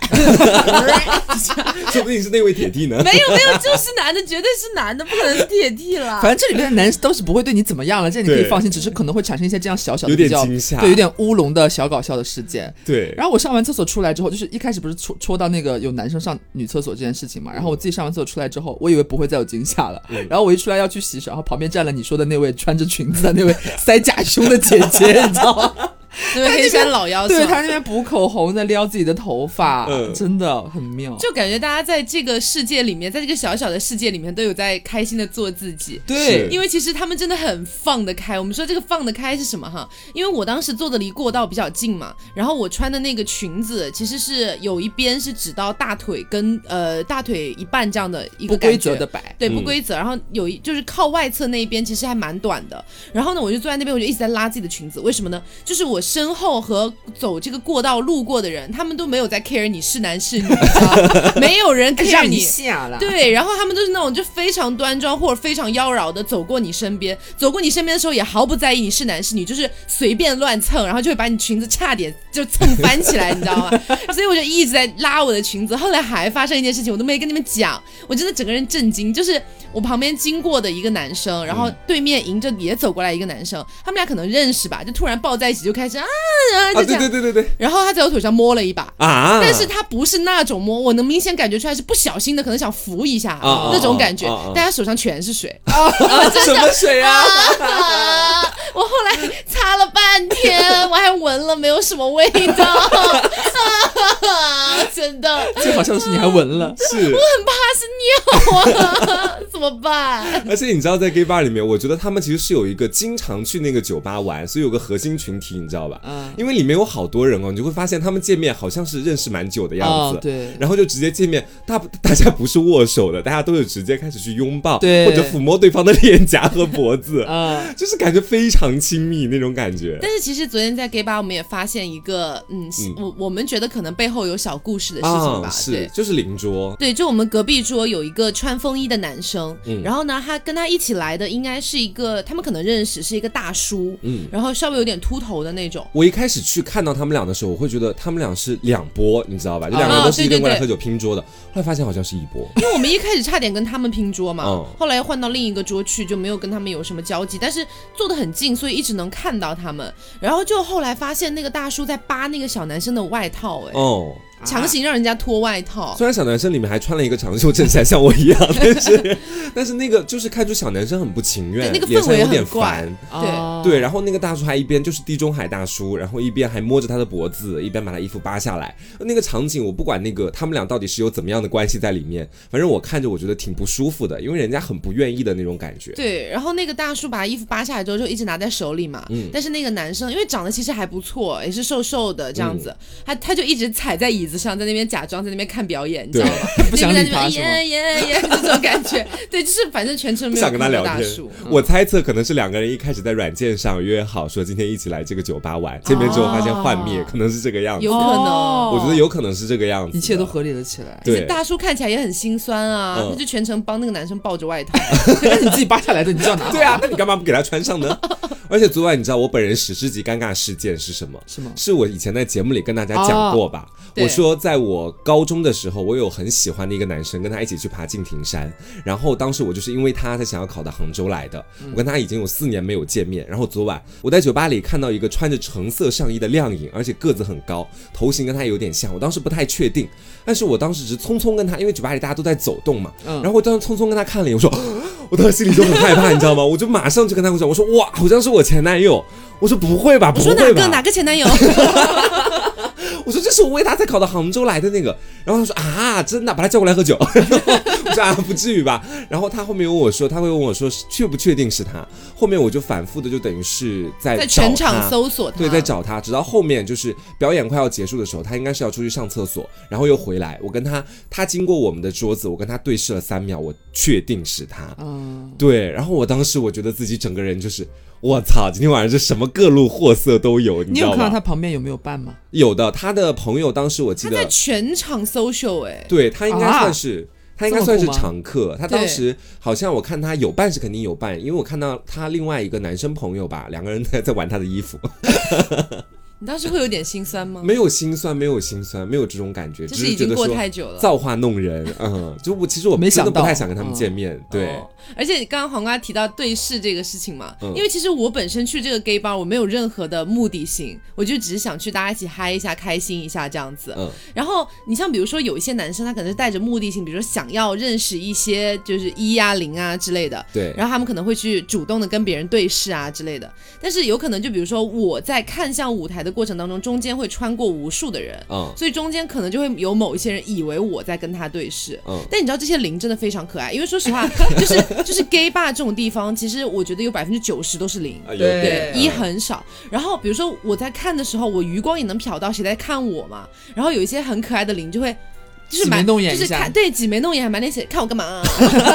B: 说不定是那位铁弟呢。啊
A: 没有没有，就是男的，绝对是男的，不可能是铁弟啦。
C: 反正这里边的男都是不会对你怎么样了，这你可以
B: 对
C: 放心，只是可能会产生一些这样小小的
B: 有点
C: 比较
B: 惊吓
C: 对，有点乌龙的小搞笑的事件。
B: 对，
C: 然后我上完厕所出来之后，就是一开始不是戳戳到那个有男生上女厕所这件事情嘛，然后我自己上完厕所出来之后，我以为不会再有惊吓了，
B: 嗯
C: 然后我一出来要去洗手，然后旁边站了你说的那位穿着裙子 的那位塞假胸的姐姐，你知 道吗？
A: 那位黑山老妖，
C: 对她那边补口红，在撩自己的头发，
B: 嗯
C: 真的很妙。
A: 就感觉大家在这个世界里面，在这个小小的世界里面，都有在开心的做自己。
B: 是
C: 对，
A: 因为其实他们真的很放得开。我们说这个放得开是什么哈？因为我当时坐的离过道比较近嘛，然后我穿的那个裙子其实是有一边是只到大腿跟呃大腿一半这样的一
C: 不
A: 个
C: 规
A: 感觉
C: 则的摆，
A: 对，不
B: 嗯
A: 规则。然后有一就是靠外侧那一边，其实还蛮短的。然后呢，我就坐在那边，我就一直在拉自己的裙子。为什么呢？就是我身后和走这个过道路过的人，他们都没有在 care 你是男是女，你知道 吗没有人 care
C: 让你
A: 你。
C: 下了。
A: 对，然后他们都是那种就非常端庄或者非常妖娆的走过你身边，走过你身边的时候也毫不在意你是男是女，就是随便乱蹭，然后就会把你裙子差点就蹭翻起来，你知道 吗？所以我就一直在拉我的裙子。后来还发生一件事情，我都没跟你们讲，我真的整个人震惊，就是我旁边经过的一个男生，然后对面迎着也走过来一个男生，他们俩可能认识吧，就突然抱在一起就开始啊，啊
B: 啊，
A: 就
B: 对
A: 这样，
B: 对对对对
A: 然后他在我腿上摸了一把。
B: 啊！
A: 但是他不是那种摸，我能明显感觉出来是不小心的，可能想扶一下、
B: 啊
A: 那种感觉，
B: 啊啊啊
A: 但他手上全是水。
B: 什么水啊？
A: 呃啊！我后来擦了半天，我还闻了没有什么味道， 啊、真的，
C: 最好笑的是你还闻了，
B: 是，
A: 怕是尿啊，怎么办？
B: 而且你知道，在 gay bar 里面，我觉得他们其实是有一个经常去那个酒吧玩，所以有个核心群体，你知道吧？
C: 嗯
B: 因为里面有好多人哦，你就会发现他们见面好像是认识蛮久的样子，
C: 哦对
B: 然后就直接见面，大大家不是握手的，大家都是直接开始去拥抱，
C: 对
B: 或者抚摸对方的脸颊和 脖子，
C: 嗯，
B: 就是感觉非常亲密那种感觉。
A: 但是其哦实昨天在 gay 吧，我们也发现一个，嗯，我我们觉得可能背后有小故事的事情吧，
B: 啊，是
A: 对，。
B: 就是邻桌，
A: 对，就我们隔壁桌有一个穿风衣的男生，
B: 嗯
A: 然后呢，他跟他一起来的应该是一个，他们可能认识，是一个大叔，
B: 嗯。
A: 然后稍微有点秃头的那种。
B: 我一开始去看到他们俩的时候，我会觉得他们俩是两波，你知道吧？就两个人
A: 哦
B: 都是一个人过来喝酒拼桌的。后来发现好像是一 波。
A: 因为我们一开始差点跟他们拼桌嘛，
B: 嗯
A: 后来换到另一个桌去，就没有跟他们有什么交集，但是坐得很近，所以一直能看到他们。然后就后来发现那个大叔在扒那个小男生的外套、哎、
B: 哦，
A: 强行让人家脱外套。
B: 虽然小男生里面还穿了一个长袖衬衫，像我一样，但是但是那个就是看出小男生很不情愿，
A: 对那个
B: 脸上
A: 氛围
B: 有点
A: 很怪嗯
B: 烦。
A: 对
C: 哦
B: 对，然后那个大叔还一边就是地中海大叔，然后一边还摸着他的脖子，一边把他衣服扒下来。那个场景，我不管那个他们俩到底是有怎么样的关系在里面，反正我看着我觉得挺不舒服的，因为人家很不愿意的那种感觉。
A: 对，然后那个大叔把衣服扒下来之后，就一直拿在手里嘛。
B: 嗯
A: 但是那个男生因为长得其实还不错，也是瘦瘦的这样子，
B: 嗯
A: 他他就一直踩在椅子上，在那边假装在那边看表演，你知道吗？
C: 不想
A: 那
C: 理
A: 边在
C: 他
A: 那
C: 是
A: 边
C: 吗？
A: 耶耶耶这种感觉， 对，就是反正全程
B: 不
A: 没有
B: 想跟他
A: 碰
B: 聊
A: 过大
B: 天
A: 叔。，嗯
B: 我猜测可能是两个人一开始在软件上约好，说今天一起来这个酒吧玩，见面之后发现幻灭，可能是这个样
A: 啊
B: 子
A: 有。可能
C: 哦
B: 我觉得有可能是这个样子，
C: 一切都。合理了起来。
A: 而
B: 对
A: 且哎大叔看起来也很心酸啊，
B: 嗯
A: 他就全程帮那个男生抱着外套。
C: 那你自己扒下来的，你就要拿。
B: 对啊，那你干嘛不给他穿上呢？ 而且昨晚你知道我本人史诗级尴尬事件是什么？
C: 是吗？
B: 是我以前在节目里跟大家讲过吧？
A: 对
B: 我说在我高中的时候，我有很喜欢的一个男生，跟他一起去爬敬亭山。然后当时我就是因为他才想要考到杭州来的。我跟他已经有四年没有见面。然后昨晚我在酒吧里看到一个穿着橙色上衣的亮影，而且个子很高，头型跟他有点像。我当时不太确定，但是我当时只匆匆跟他，因为酒吧里大家都在走动嘛。
C: 嗯
B: 然后我当时匆匆跟他看了一眼，我说。我当时心里就很害怕，你 知道吗？我就马上就跟他讲，我说哇，好像是我前男友。我说不会吧，不
A: 我
B: 会
A: 说
B: 吧？
A: 哪个哪个前 男友？
B: 我说这是我为他才考到杭州来的那个，然后他说啊，真的，把他叫过来喝 酒。我说啊，不至于吧。然后他后面问我说，他会问我说确不确定是他。后面我就反复的就等于是在
A: 在
B: 找
A: 全
B: 他
A: 场搜索他，
B: 对，
C: 嗯
B: 在找他，直到后面就是表演快要结束的时候，他应该是要出去上厕所，然后又回来。我跟他，他经过我们的桌子，我跟他对视了三秒，我确定是他。
C: 嗯，
B: 对，然后我当时我觉得自己整个人就是，我操，今天晚上这什么各路货色都有， 你
C: 你
B: 知道
C: 有
B: 吗？
C: 看到他旁边有没有伴吗？
B: 有的，他的朋友当时我记
A: 他
B: 得
A: 在全场 social 哎、
B: 对他应该
C: 啊
B: 算是。他应该算是
C: 这么酷吗
B: 常客，他当时好像我看他有伴是肯定有伴，因为我看到他另外一个男生朋友吧，两个人在在玩他的衣服，
A: 你当时会有点心酸吗？
B: 没有心酸，没有心酸，没有这种感觉，
A: 就是
B: 只是
A: 已
B: 觉
A: 经
B: 得
A: 过
B: 说
A: 太久了。
B: 造化弄人，嗯，就我其实我
C: 没
B: 真的
C: 想
B: 不
C: 到
B: 太想跟他们
C: 嗯
B: 见面，对，
A: 哦而且刚刚黄瓜提到对视这个事情嘛，
B: 嗯
A: 因为其实我本身去这个 gay bar 我没有任何的目的性，我就只是想去大家一起嗨一下、开心一下这样子。
B: 嗯
A: 然后你像比如说有一些男生，他可能是带着目的性，比如说想要认识一些就是一啊零啊之类的，
B: 对，
A: 然后他们可能会去主动的跟别人对视啊之类的。但是有可能就比如说我在看向舞台的过程当中，中间会穿过无数的人，
B: 嗯
A: 所以中间可能就会有某一些人以为我在跟他对视。
B: 嗯
A: 但你知道这些零真的非常可爱，因为说实 话，就是就是 gay bar 这种地方，其实我觉得有百分之九十都是零。
B: 啊有
C: 对
B: 点
A: 对，一
B: 嗯
A: 很少。然后比如说我在看的时候，我余光也能瞟到谁在看我嘛。然后有一些很可爱的零就会就是
C: 挤
A: 满
C: 眉弄眼一
A: 就是
C: 下
A: 看对挤眉弄眼，还满脸写看我干嘛、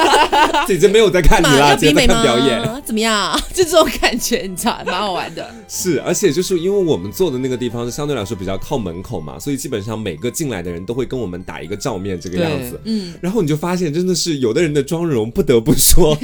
B: 姐姐没有在
A: 干
B: 看你
A: 嘛
B: 啊啦，
A: 要
B: 姐
A: 比
B: 姐在
A: 美
B: 看
A: 吗？
B: 表演。
A: 怎么样？ 就这种感觉，你知道，蛮好玩的。
B: 是，而且就是因为我们坐的那个地方是相对来说比较靠门口嘛，所以基本上每个进来的人都会跟我们打一个照面这个样子。
A: 嗯，
B: 然后你就发现，真的是有的人的妆容，不得不 说，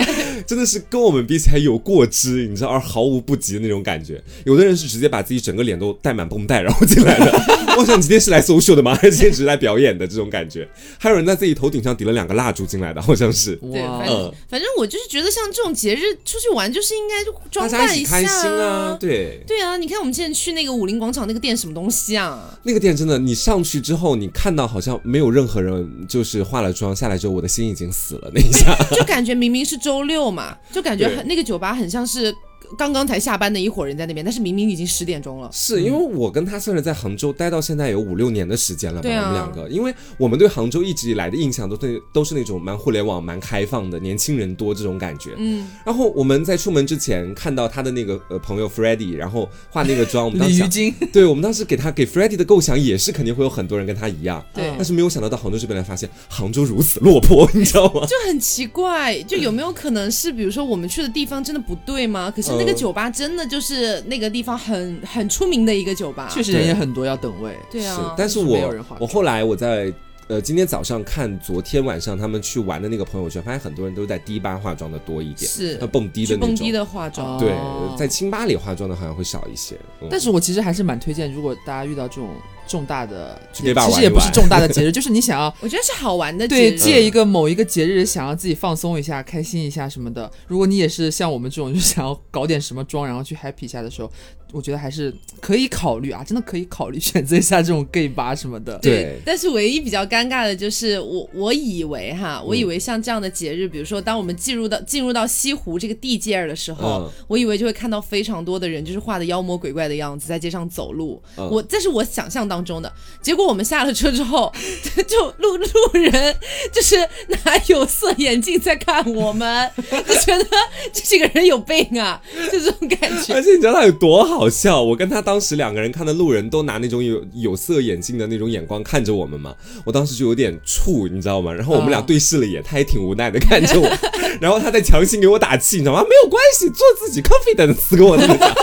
B: 真的是跟我们比起来有过之，你知道，而毫无不及的那种感觉。有的人是直接把自己整个脸都带满绷带，然后进 来的。我想你今天是来 social 的吗？还是今天只是来表演的这种感觉？还有人在自己头顶上顶了两个蜡烛进来的，好像是。
A: 对，
C: 哇哦
A: 反
B: 呃
A: 正反正我就是觉得像这种节日出去玩，就是应该就
B: 大
A: 装
B: 家
A: 扮
B: 一起
A: 下
B: 开心啊，。对。
A: 对啊，你看我们之前去那个武林广场那个店，什么东西啊？
B: 那个店真的，你上去之后，你看到好像没有任何人就是化了妆下来之后，我的心已经死了那一下。
A: 就感觉明明是周六嘛，就感觉
B: 对
A: 很那个酒吧很像是刚刚才下班的一伙人在那边，但是明明已经十点钟了。
B: 是因为我跟他算是在杭州待到现在有五六年的时间了吧？
A: 嗯对啊
B: 我们两个，因为我们对杭州一直以来的印象都对都是那种蛮互联网、蛮开放的，年轻人多这种感觉。
A: 嗯，
B: 然后我们在出门之前看到他的那个呃朋友 f r e d d y 然后化那个妆，我们当时
C: 鲤鱼
B: 想，
C: 精，
B: 对我们当时给他给 f r e d d y 的构想也是肯定会有很多人跟他一样，
A: 对
C: 嗯
B: 但是没有想到到杭州这边来发现杭州如此落魄， 你知道吗？
A: 就很奇怪，就有没有可能是，比如说我们去的地方真的不对吗？可是那个
B: 嗯
A: 酒吧真的就是那个地方很很出名的一个酒吧，
C: 确实人也很多要等位。
A: 对
B: 是
A: 啊，，
B: 但是
C: 没有
B: 我
C: 人化
B: 我后来我在呃今天早上看昨天晚上他们去玩的那个朋友圈，发现很多人都在迪吧化妆的多一点，
A: 是
B: 要蹦迪
A: 去
B: 的那
A: 蹦
B: 种。啊
A: 迪的化妆，
C: 哦
B: 对，在清吧里化妆的好像会少一些。嗯、
C: 但是我其实还是蛮推荐，如果大家遇到这种重大的，
B: 去 gay bar
C: 其实也
B: 玩一
C: 不是
B: 玩
C: 重大的节日，就是你想要
A: 我觉得是好玩的节
C: 对，
A: 日，
C: 借一个某一个节日，想要自己放松一下、开心一下什么的。如果你也是像我们这种，就想要搞点什么妆，然后去 happy 一下的时候，我觉得还是可以考虑啊，真的可以考虑选择一下这种 gay 吧什么的。
B: 对
A: 但是唯一比较尴尬的就是我，我以为
B: 嗯
A: 哈，我以为像这样的节日，比如说当我们进入到进入到西湖这个地界儿的时候，
B: 嗯
A: 我以为就会看到非常多的人，就是画的妖魔鬼怪的样子在街上走路。
B: 嗯
A: 我这是我想象当中的。结果我们下了车之后， 就路路人就是拿有色眼镜在看我们， 就觉得这几个人有病啊，就这种感觉。
B: 而且你知道他有多好笑？我跟他当时两个人看的路人都拿那种有有色眼镜的那种眼光看着我们嘛，我当时就有点怵，你知道吗？然后我们俩
C: 嗯
B: 对视了一眼，他也挺无奈的看着我， 然后他在强行给我打气，你知道吗？啊没有关系，做自己，confidence 给我那个讲。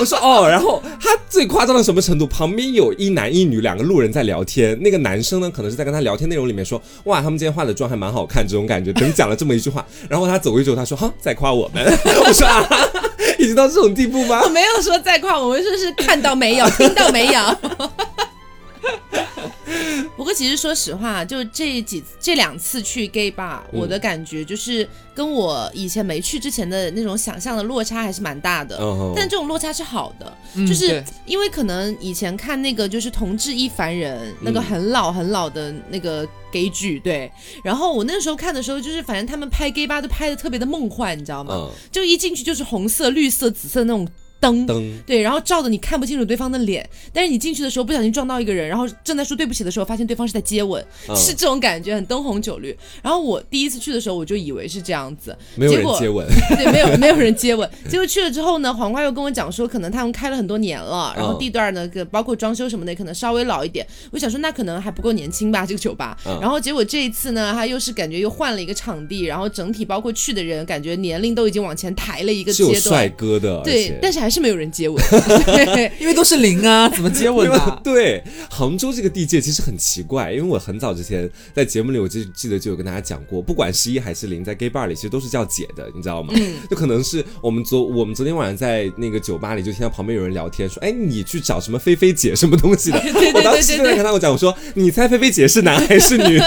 B: 我说哦，然后他最夸张到什么程度？旁边有一男一女两个路人在聊天，那个男生呢，可能是在跟他聊天内容里面说，哇，他们今天化的妆还蛮好看，这种感觉。等讲了这么一句话，然后他走过去之后，他说哈，在夸我们。我说啊， 已经到这种地步吗
A: 我？没有说再夸，我们说是看到没有，听到没有。 不过其实说实话，就这几这两次去 gay bar，、
B: 嗯
A: 我的感觉就是跟我以前没去之前的那种想象的落差还是蛮大的。
B: 嗯
A: 但这种落差是好的，
C: 嗯
A: 就是
C: 对
A: 因为可能以前看那个就是《同志一凡人》那个很老很老的那个 gay 剧，对。然后我那时候看的时候，就是反正他们拍 gay 吧都拍的特别的梦幻，你知道吗？
B: 嗯，
A: 就一进去就是红色、绿色、紫色那种灯，
B: 灯
A: 对，然后照的你看不清楚对方的脸，但是你进去的时候不小心撞到一个人，然后正在说对不起的时候，发现对方是在接吻，
B: 嗯
A: 是这种感觉，很灯红酒绿。然后我第一次去的时候，我就以为是这样子，
B: 没有人
A: 结果
B: 接吻，
A: 对，没有没有人接吻。结果去了之后呢，黄瓜又跟我讲说，可能他们开了很多年了，然后
B: 嗯
A: 地段呢，跟包括装修什么的，可能稍微老一点。我想说，那可能还不够年轻吧，这个酒吧。
B: 嗯
A: 然后结果这一次呢，他又是感觉又换了一个场地，然后整体包括去的人，感觉年龄都已经往前抬了一个
B: 是有
A: 阶
B: 帅
A: 段。
B: 哥的，而
A: 对
B: 且，
A: 但是还是没有人接吻。 对。
C: 因为都是零啊，怎么接吻
B: 因为？
C: 啊
B: 对，杭州这个地界其实很奇怪，因为我很早之前在节目里，我就记得就有跟大家讲过，不管十一还是零，在 gay bar 里其实都是叫姐的，你知道吗？就可能是我们昨我们昨天晚上在那个酒吧里，就听到旁边有人聊天说，哎，你去找什么菲菲姐什么东西的？
A: 对
B: 我当时就在跟他我讲，我说你猜菲菲姐是 男还是女？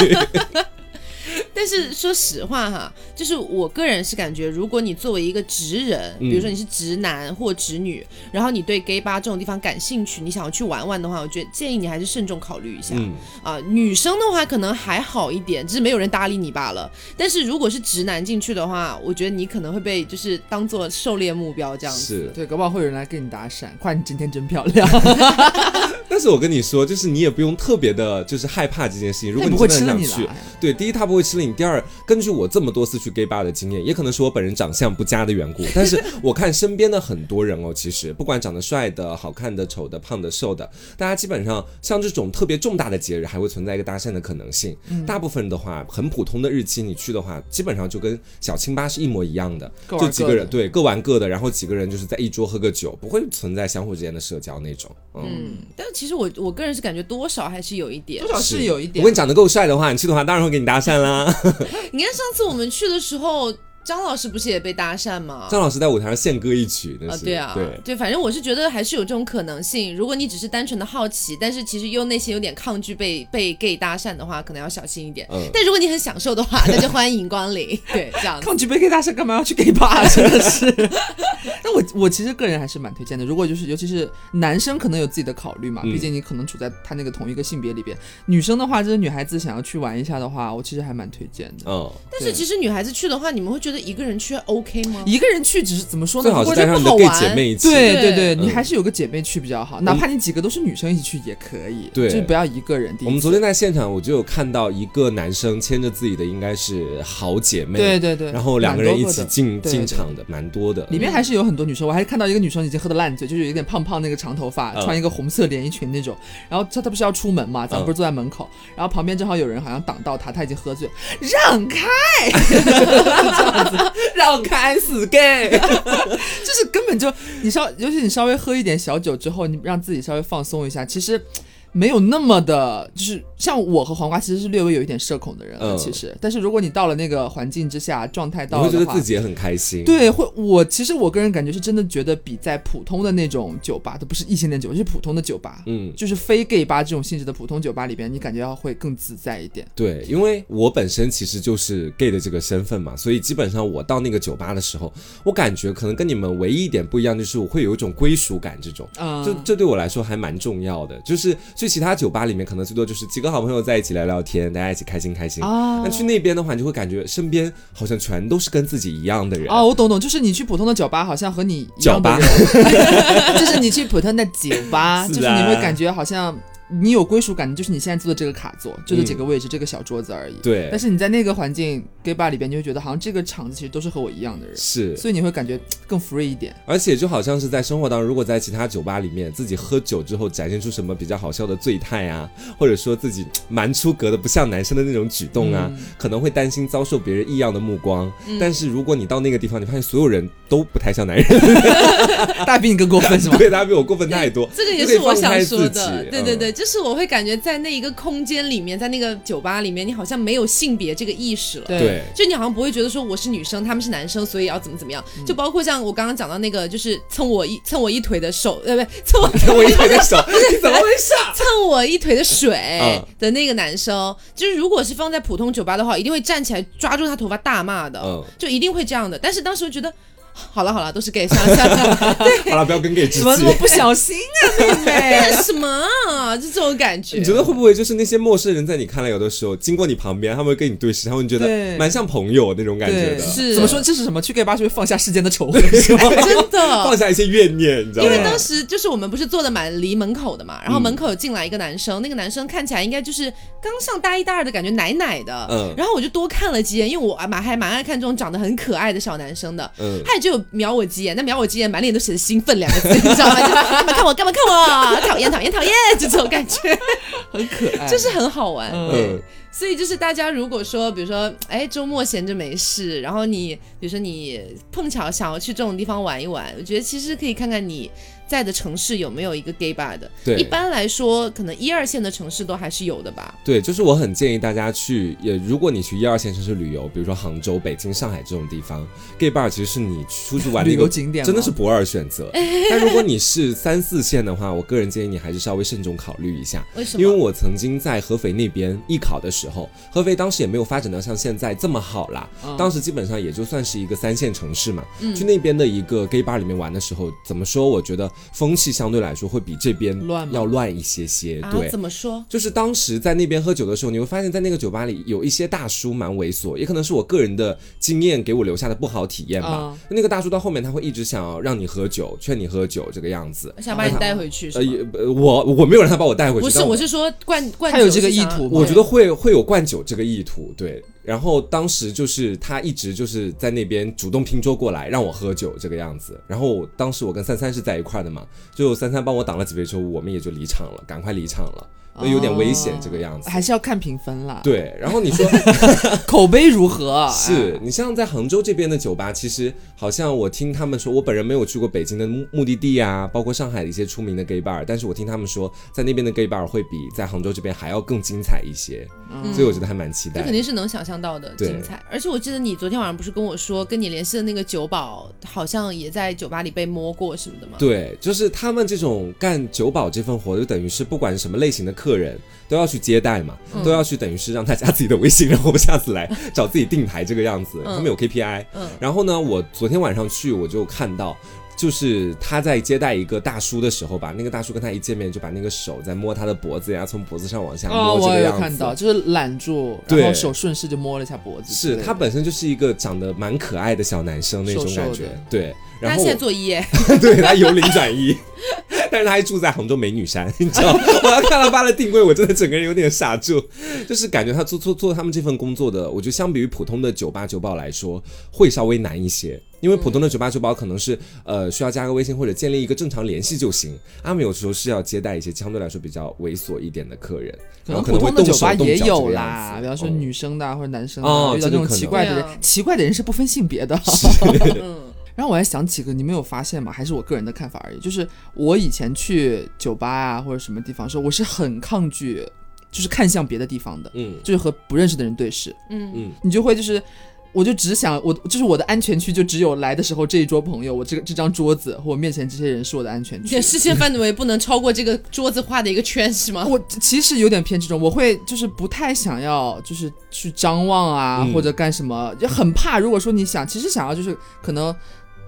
A: 但是说实话哈，就是我个人是感觉，如果你作为一个直人，
B: 嗯
A: 比如说你是直男或直女，然后你对 gay 吧这种地方感兴趣，你想要去玩玩的话，我觉得建议你还是慎重考虑一下。
B: 嗯，
A: 啊、女生的话可能还好一点，只是没有人搭理你罢了。但是如果是直男进去的话，我觉得你可能会被就是当做狩猎目标这样子。
B: 是。
C: 对，搞不好会有人来跟你搭讪，夸你今天真漂 亮，哎
B: 但是我跟你说，就是你也不用特别的，就是害怕这件事情。如果
C: 他也
B: 你
C: 不会
B: 真的
C: 吃
B: 很
C: 了
B: 想
C: 你
B: 去
C: 啊了。，
B: 对，第一他不会吃了你，性。第二，根据我这么多次去 gay bar 的经验，也可能是我本人长相不佳的缘故，但 是我看身边的很多人哦，其实不管长得帅的、好看的、丑的、胖的、瘦的，大家基本上像这种特别重大的节日，还会存在一个搭讪的可能性。
C: 嗯
B: 大部分的话，很普通的日期你去的话，基本上就跟小清吧是一模一样的，
C: 各玩
B: 就几
C: 各
B: 个
C: 的
B: 人对各玩各的，然后几个人就是在一桌喝个酒，不会存在相互之间的社交那种。嗯，
A: 嗯，但其实我我个人是感觉多少还是有一点
C: 多。少是有一
B: 我
C: 点
B: 跟你。长得够帅的话，你去的话当然会给你搭讪啦。
A: 你看上次我们去的时候，张老师不是也被搭讪吗？
B: 张老师在舞台上献歌一曲，那
A: 啊，
B: 是、
A: 对啊，
B: 对。
A: 反正我是觉得还是有这种可能性。如果你只是单纯的好奇，但是其实又内心有点抗拒被被 gay 搭讪的话，可能要小心一点。
B: 嗯
A: 但如果你很享受的话，那就欢迎光 临。对，这样子。
C: 抗拒被 gay 大神干嘛要去 gay 吧？真的是。但我我其实个人还是蛮推荐的，如果就是尤其是男生可能有自己的考虑嘛，
B: 嗯
C: 毕竟你可能处在他那个同一个性别里边。女生的话，就是女孩子想要去玩一下的话，我其实还蛮推荐的。
B: 嗯，
A: 但是其实女孩子去的话，你们会觉得一个人去 OK 吗？
C: 一个人去只是怎么说呢？
B: 最好
C: 如
B: 是
C: 果
B: 带上你的
A: 我
B: gay
A: 觉得不好玩
B: 姐妹一起。
C: 对
A: 对
C: 对对，
B: 嗯
C: 你还是有个姐妹去比较好，哪怕你几个都是女生一起去也可以，
B: 对
C: 就是不要一个人。第一次
B: 我们昨天在现场，我就有看到一个男生牵着自己的，应该是好姐妹，
C: 对对对，
B: 然后两个人一起
C: 蛮多的
B: 进
C: 对
B: 进场的，蛮多的。
C: 里面还是有很多女生，我还看到一个女生已经喝得烂醉，就是有一点胖胖那个长头发，
B: 嗯
C: 穿一个红色连衣裙那种。然后她她不是要出门嘛，咱们不是坐在门口，然后旁边正好有人好像挡到她，她已经喝醉，让开，这样子，让开死 gay，就是根本就你稍，尤其你稍微喝一点小酒之后，你让自己稍微放松一下，其实。没有那么的，就是像我和黄瓜其实是略微有一点社恐的人了，
B: 嗯
C: 其实。但是如果你到了那个环境之下，状态
B: 你
C: 到
B: 会
C: 了
B: 觉
C: 的
B: 得
C: 话
B: 自己也很开心。，
C: 对，会我其实我个人感觉是真的觉得比在普通的那种酒吧，都不是异性恋酒吧，就是普通的酒吧，
B: 嗯，
C: 就是非 gay 吧这种性质的普通酒吧里边，你感觉要会更自在一点。
B: 对，因为我本身其实就是 gay 的这个身份嘛，所以基本上我到那个酒吧的时候，我感觉可能跟你们唯一一点不一样，就是我会有一种归属感，这种，
C: 啊、
B: 这这对我来说还蛮重要的。就是去其他酒吧里面，可能最多就是几个好朋友在一起聊聊天，大家一起开心开心。
C: 啊
B: 但去那边的话，你就会感觉身边好像全都是跟自己一样的人。
C: 哦，我懂懂，就是你去普通的酒吧，好像和你一
B: 酒
C: 样的
B: 吧
C: 人，就是你去普通的酒吧，
B: 是
C: 就是
B: 啊
C: 你会感觉好像你有归属感，就是你现在坐的这个卡座，就这几个位置，这个小桌子而已。
B: 嗯对
C: 但是你在那个环境 gay bar 里边，你会觉得好像这个场子其实都是和我一样的人，
B: 是，
C: 所以你会感觉更 free 一点。
B: 而且就好像是在生活当中，如果在其他酒吧里面自己喝酒之后展现出什么比较好笑的醉态啊，或者说自己蛮出格的、不像男生的那种举动啊，
C: 嗯
B: 可能会担心遭受别人异样的目光。但是如果你到那个地方，你发现所有人都不太像男人，
C: 大比你更过 分是吗？
B: 对大家比我过分太多，
A: 这个也
B: 就可以
A: 是我
B: 放
A: 想
B: 开
A: 说的
B: 自己，嗯
A: 对对对，，就是我会感觉在那一个空间里面，在那个酒吧里面，你好像没有性别这个意识了。
B: 嗯
C: 对
B: 对。
A: 就你好像不会觉得说我是女生，他们是男生，所以要怎么怎么样。
B: 嗯
A: 就包括像我刚刚讲到那个，就是蹭我一蹭我一腿的手，呃，不对，蹭我
B: 看我一腿的手， 你怎么回事？
A: 蹭我一腿的水
B: 嗯
A: 的那个男生，就是如果是放在普通酒吧的话，一定会站起来抓住他头发大骂的，
B: 嗯
A: 就一定会这样的。但是当时我觉得， 好了好了，都是 gay，算了算了，
B: 好了，不要跟 gay 致
C: 怎么这
B: 敬
C: 么。不小心 啊，妹妹？
A: 干哎什么啊？就这种感觉
B: 你。觉得会不会就是那些陌生人在你看来，有的时候经过你旁边，他们会跟你对视，他们觉得
C: 对
B: 蛮像朋友那种感觉
C: 对，
B: 的，
A: 是
C: 怎么说？这是什么？去 gay 吧是会放下世间的仇恨，
B: 是吗？
A: 真 的
B: 放下一些怨念，你知道
A: 因为
B: 吗嗯
A: 当？时就是我们不是坐的蛮离门口的嘛，然后门口有进来一个男生，那个男生看起来应该就是刚上大一大二的感觉，奶奶的。
B: 嗯
A: 然后我就多看了几眼，因为我啊蛮还蛮爱看这种长得很可爱的小男生的。
B: 嗯
A: 他也就瞄我几眼，那瞄我几眼，满脸都写着兴奋两个字， 你知道吗？就是干嘛看我，干嘛看我，讨厌，讨厌，讨厌，就这种感觉，
C: 很可爱。
A: 就是很好玩。
C: 嗯
A: 对
B: 嗯，
A: 所以就是大家如果说，比如说，哎，周末闲着没事，然后你，比如说你碰巧想要去这种地方玩一玩，我觉得其实可以看看你在的城市有没有一个 gay bar 的。
B: 对
A: 一般来说，可能一二线的城市都还是有的吧。
B: 对，就是我很建议大家去，也如果你去一二线城市旅游，比如说杭州、北京、上海这种地方，gay bar 其实是你出去玩的一
C: 旅
B: 个
C: 游景点吗
B: 真的是不二选 择。但如果你是三四线的话，我个人建议你还是稍微慎重考虑一下。
A: 为什么？
B: 因为我曾经在合肥那边艺考的时候，合肥当时也没有发展到像现在这么好啦。
C: 嗯
B: 当时基本上也就算是一个三线城市嘛。去那边的一个 gay bar 里面玩的时候，怎么说？我觉得风气相对来说会比这边
C: 乱吗
B: 要乱一些些。
A: 啊
B: 对，，
A: 怎么说？
B: 就是当时在那边喝酒的时候，你会发现在那个酒吧里有一些大叔蛮猥琐，也可能是我个人的经验给我留下的不好体验
A: 嗯
B: 吧。那个大叔到后面他会一直想要让你喝酒，劝你喝酒这个样子。
A: 想把你带回去是
B: 呃，
A: 吗？
B: 也呃我我没有让他把我带回去，
A: 不是，
B: 但
A: 我是说灌灌酒
C: 他有这个
A: 是想
C: 意图吗
B: 我觉得会会有灌酒这个意图，对。然后当时就是他一直就是在那边主动拼桌过来让我喝酒这个样子。然后我当时我跟三三是在一块儿的嘛，最后三三帮我挡了几杯之后，我们也就离场了，赶快离场了，那有点危险
C: 哦
B: 这个样子。
C: 还是要看评分啦，
B: 对，然后你说
C: 口碑如何？
B: 是
C: 哎
B: 你像在杭州这边的酒吧，其实好像我听他们说，我本人没有去过北京的目目的地啊，包括上海的一些出名的 gay bar，但是我听他们说，在那边的 gay bar 会比在杭州这边还要更精彩一些，所以我觉得还蛮期
A: 这
B: 待
A: 肯。定是能想象到的
B: 对
A: 精彩。而且我记得你昨天晚上不是跟我说，跟你联系的那个酒保好像也在酒吧里被摸过什么的吗？
B: 对，就是他们这种干酒保这份活，就等于是不管什么类型的客人都要去接待嘛，
C: 嗯
B: 都要去等于是让他加自己的微信，然后我们下次来找自己定台这个样子。
A: 嗯
B: 他们有 KPI，
A: 嗯
B: 然后呢，我昨天晚上去我就看到。就是他在接待一个大叔的时候吧，那个大叔跟他一见面就把那个手在摸他的脖子呀，从脖子上往下摸
C: 哦，
B: 这
C: 我
B: 个
C: 也
B: 样
C: 有
B: 子。
C: 看到，就是揽住，然后
B: 对
C: 手顺势就摸了一下脖子之类
B: 是
C: 的。
B: 他本身就是一个长得蛮可爱的小男生那种
C: 瘦瘦
B: 感
C: 的
B: 觉，对。然
A: 他
B: 后
A: 现
B: 我
A: 在做一 耶，
B: 对他由零转一，但是他还住在杭州美女山，你知道吗？我要看到他的定位，我真的整个人有点傻住，就是感觉他做做做他们这份工作的，我觉得相比于普通的酒吧酒保来说，会稍微难一些。因为普
C: 嗯
B: 通的酒吧酒保可能是呃需要加个微信或者建立一个正常联系就行，阿美有时候是要接待一些相对来说比较猥琐一点的客人，
C: 可
B: 然后
C: 能
B: 可
C: 普
B: 能会
C: 通的
B: 动
C: 酒吧
B: 手动
C: 也
B: 脚这
C: 有
B: 个
C: 啦
B: 样，子
C: 比方说
B: 嗯
C: 女生的啊或者男生
B: 哦
C: 啊，遇到
B: 这
C: 这
B: 个
C: 种
B: 可
C: 奇
B: 能
C: 怪的
A: 对啊
C: 人，奇怪的人是不分性别的。
A: 嗯，
C: 然后我还想起个，你们有发现吗？还是我个人的看法而已。就是我以前去酒吧啊或者什么地方的时候，我是很抗拒，就是看向别的地方的，
B: 嗯
C: 就是和不认识的人对视，
A: 嗯
B: 嗯
C: 你就会就是。我就只想我就是我的安全区，就只有来的时候这一桌朋友，我这个这张桌子和我面前这些人是我的安全
A: 你
C: 区
A: 的。视线范围不能超过这个桌子画的一个圈是
B: 啊
A: 吗？
C: 我其实有点偏这种，我会就是不太想要，就是去张望啊、
B: 嗯
C: 或者干什么，就很怕。如果说你想，其实想要就是可能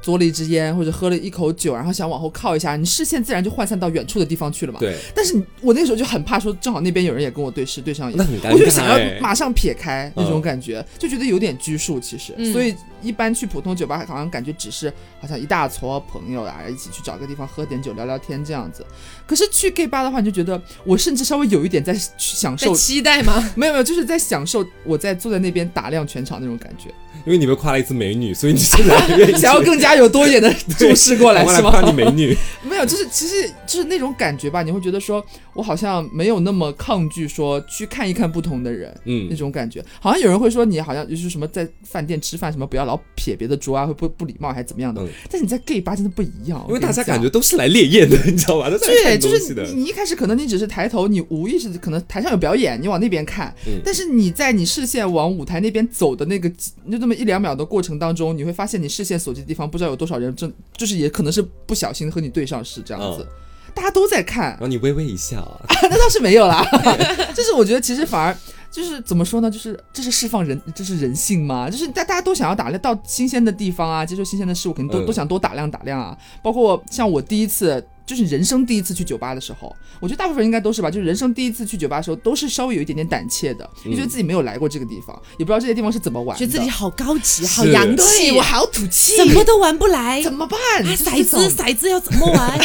C: 嘬了一支烟或者喝了一口酒，然后想往后靠一下，你视线自然就涣散到远处的地方去了嘛。
B: 对，
C: 但是你我那个时候就很怕说，正好那边有人也跟我对视，对上眼
B: 那，很尴尬、
C: 我就想
B: 哎
C: 要马上撇开那
B: 嗯
C: 种感觉，就觉得有点拘束。其实，
A: 嗯
C: 所以一般去普通酒吧，好像感觉只是好像一大撮朋友啊，一起去找个地方喝点酒、聊聊天这样子。可是去 gay 吧的话，你就觉得我甚至稍微有一点在去享
A: 在
C: 受，
A: 期待吗？
C: 没有没有，就是在享受我在坐在那边打量全场那种感 觉，
B: 因为你被夸了一次美女，所以你现在 愿意
C: 想要更加有多一点的注视过来
B: 我
C: 是吗？
B: 夸你美女，
C: 没有，就是其实就是那种感觉吧，你会觉得说我好像没有那么抗拒说去看一看不同的人。
B: 嗯
C: 那，种感觉，好像有人会说你好像就是什么在饭店吃饭什么不要老撇别的桌啊，会不不礼貌还是怎么样的。
B: 嗯
C: 但你在 gay 吧真的不一样，
B: 因为
C: 我跟
B: 大
C: 你
B: 家
C: 讲
B: 感觉都是来烈焰的，你知道吧？都是来
C: 对，
B: 看
C: 就
B: 东西的
C: 是。你一开始可能你只是抬头，你无意识地可能台上有表演，你往那边看，
B: 嗯
C: 但是你在你视线往舞台那边走的那个几就这么一两秒的过程当中，你会发现你视线所及的地方不知道有多少人正就是也可能是不小心和你对上视这样
B: 嗯
C: 子。大家都在看
B: 然，后你微微一笑，啊
C: 那倒是没有啦， 就是我觉得其实反而就是怎么说呢，就是这是释放人，这是人性吗？就是大大家都想要打量到新鲜的地方啊，接受新鲜的事物，肯定都、
B: 嗯
C: 都想多打量打量啊。包括像我第一次。就是人生第一次去酒吧的时候，我觉得大部分人应该都是吧。就是人生第一次去酒吧的时候，都是稍微有一点点胆怯的，就觉得自己没有来过这个地方，也不知道这些地方是怎么玩的。
A: 嗯觉得自己好高级，
B: 是
A: 好洋
C: 对
A: 气，啊
C: 我好土气，
A: 怎么都玩不来，
C: 怎么办？
A: 啊
C: 就是
A: 骰
C: 这种
A: 子骰子要怎么 玩？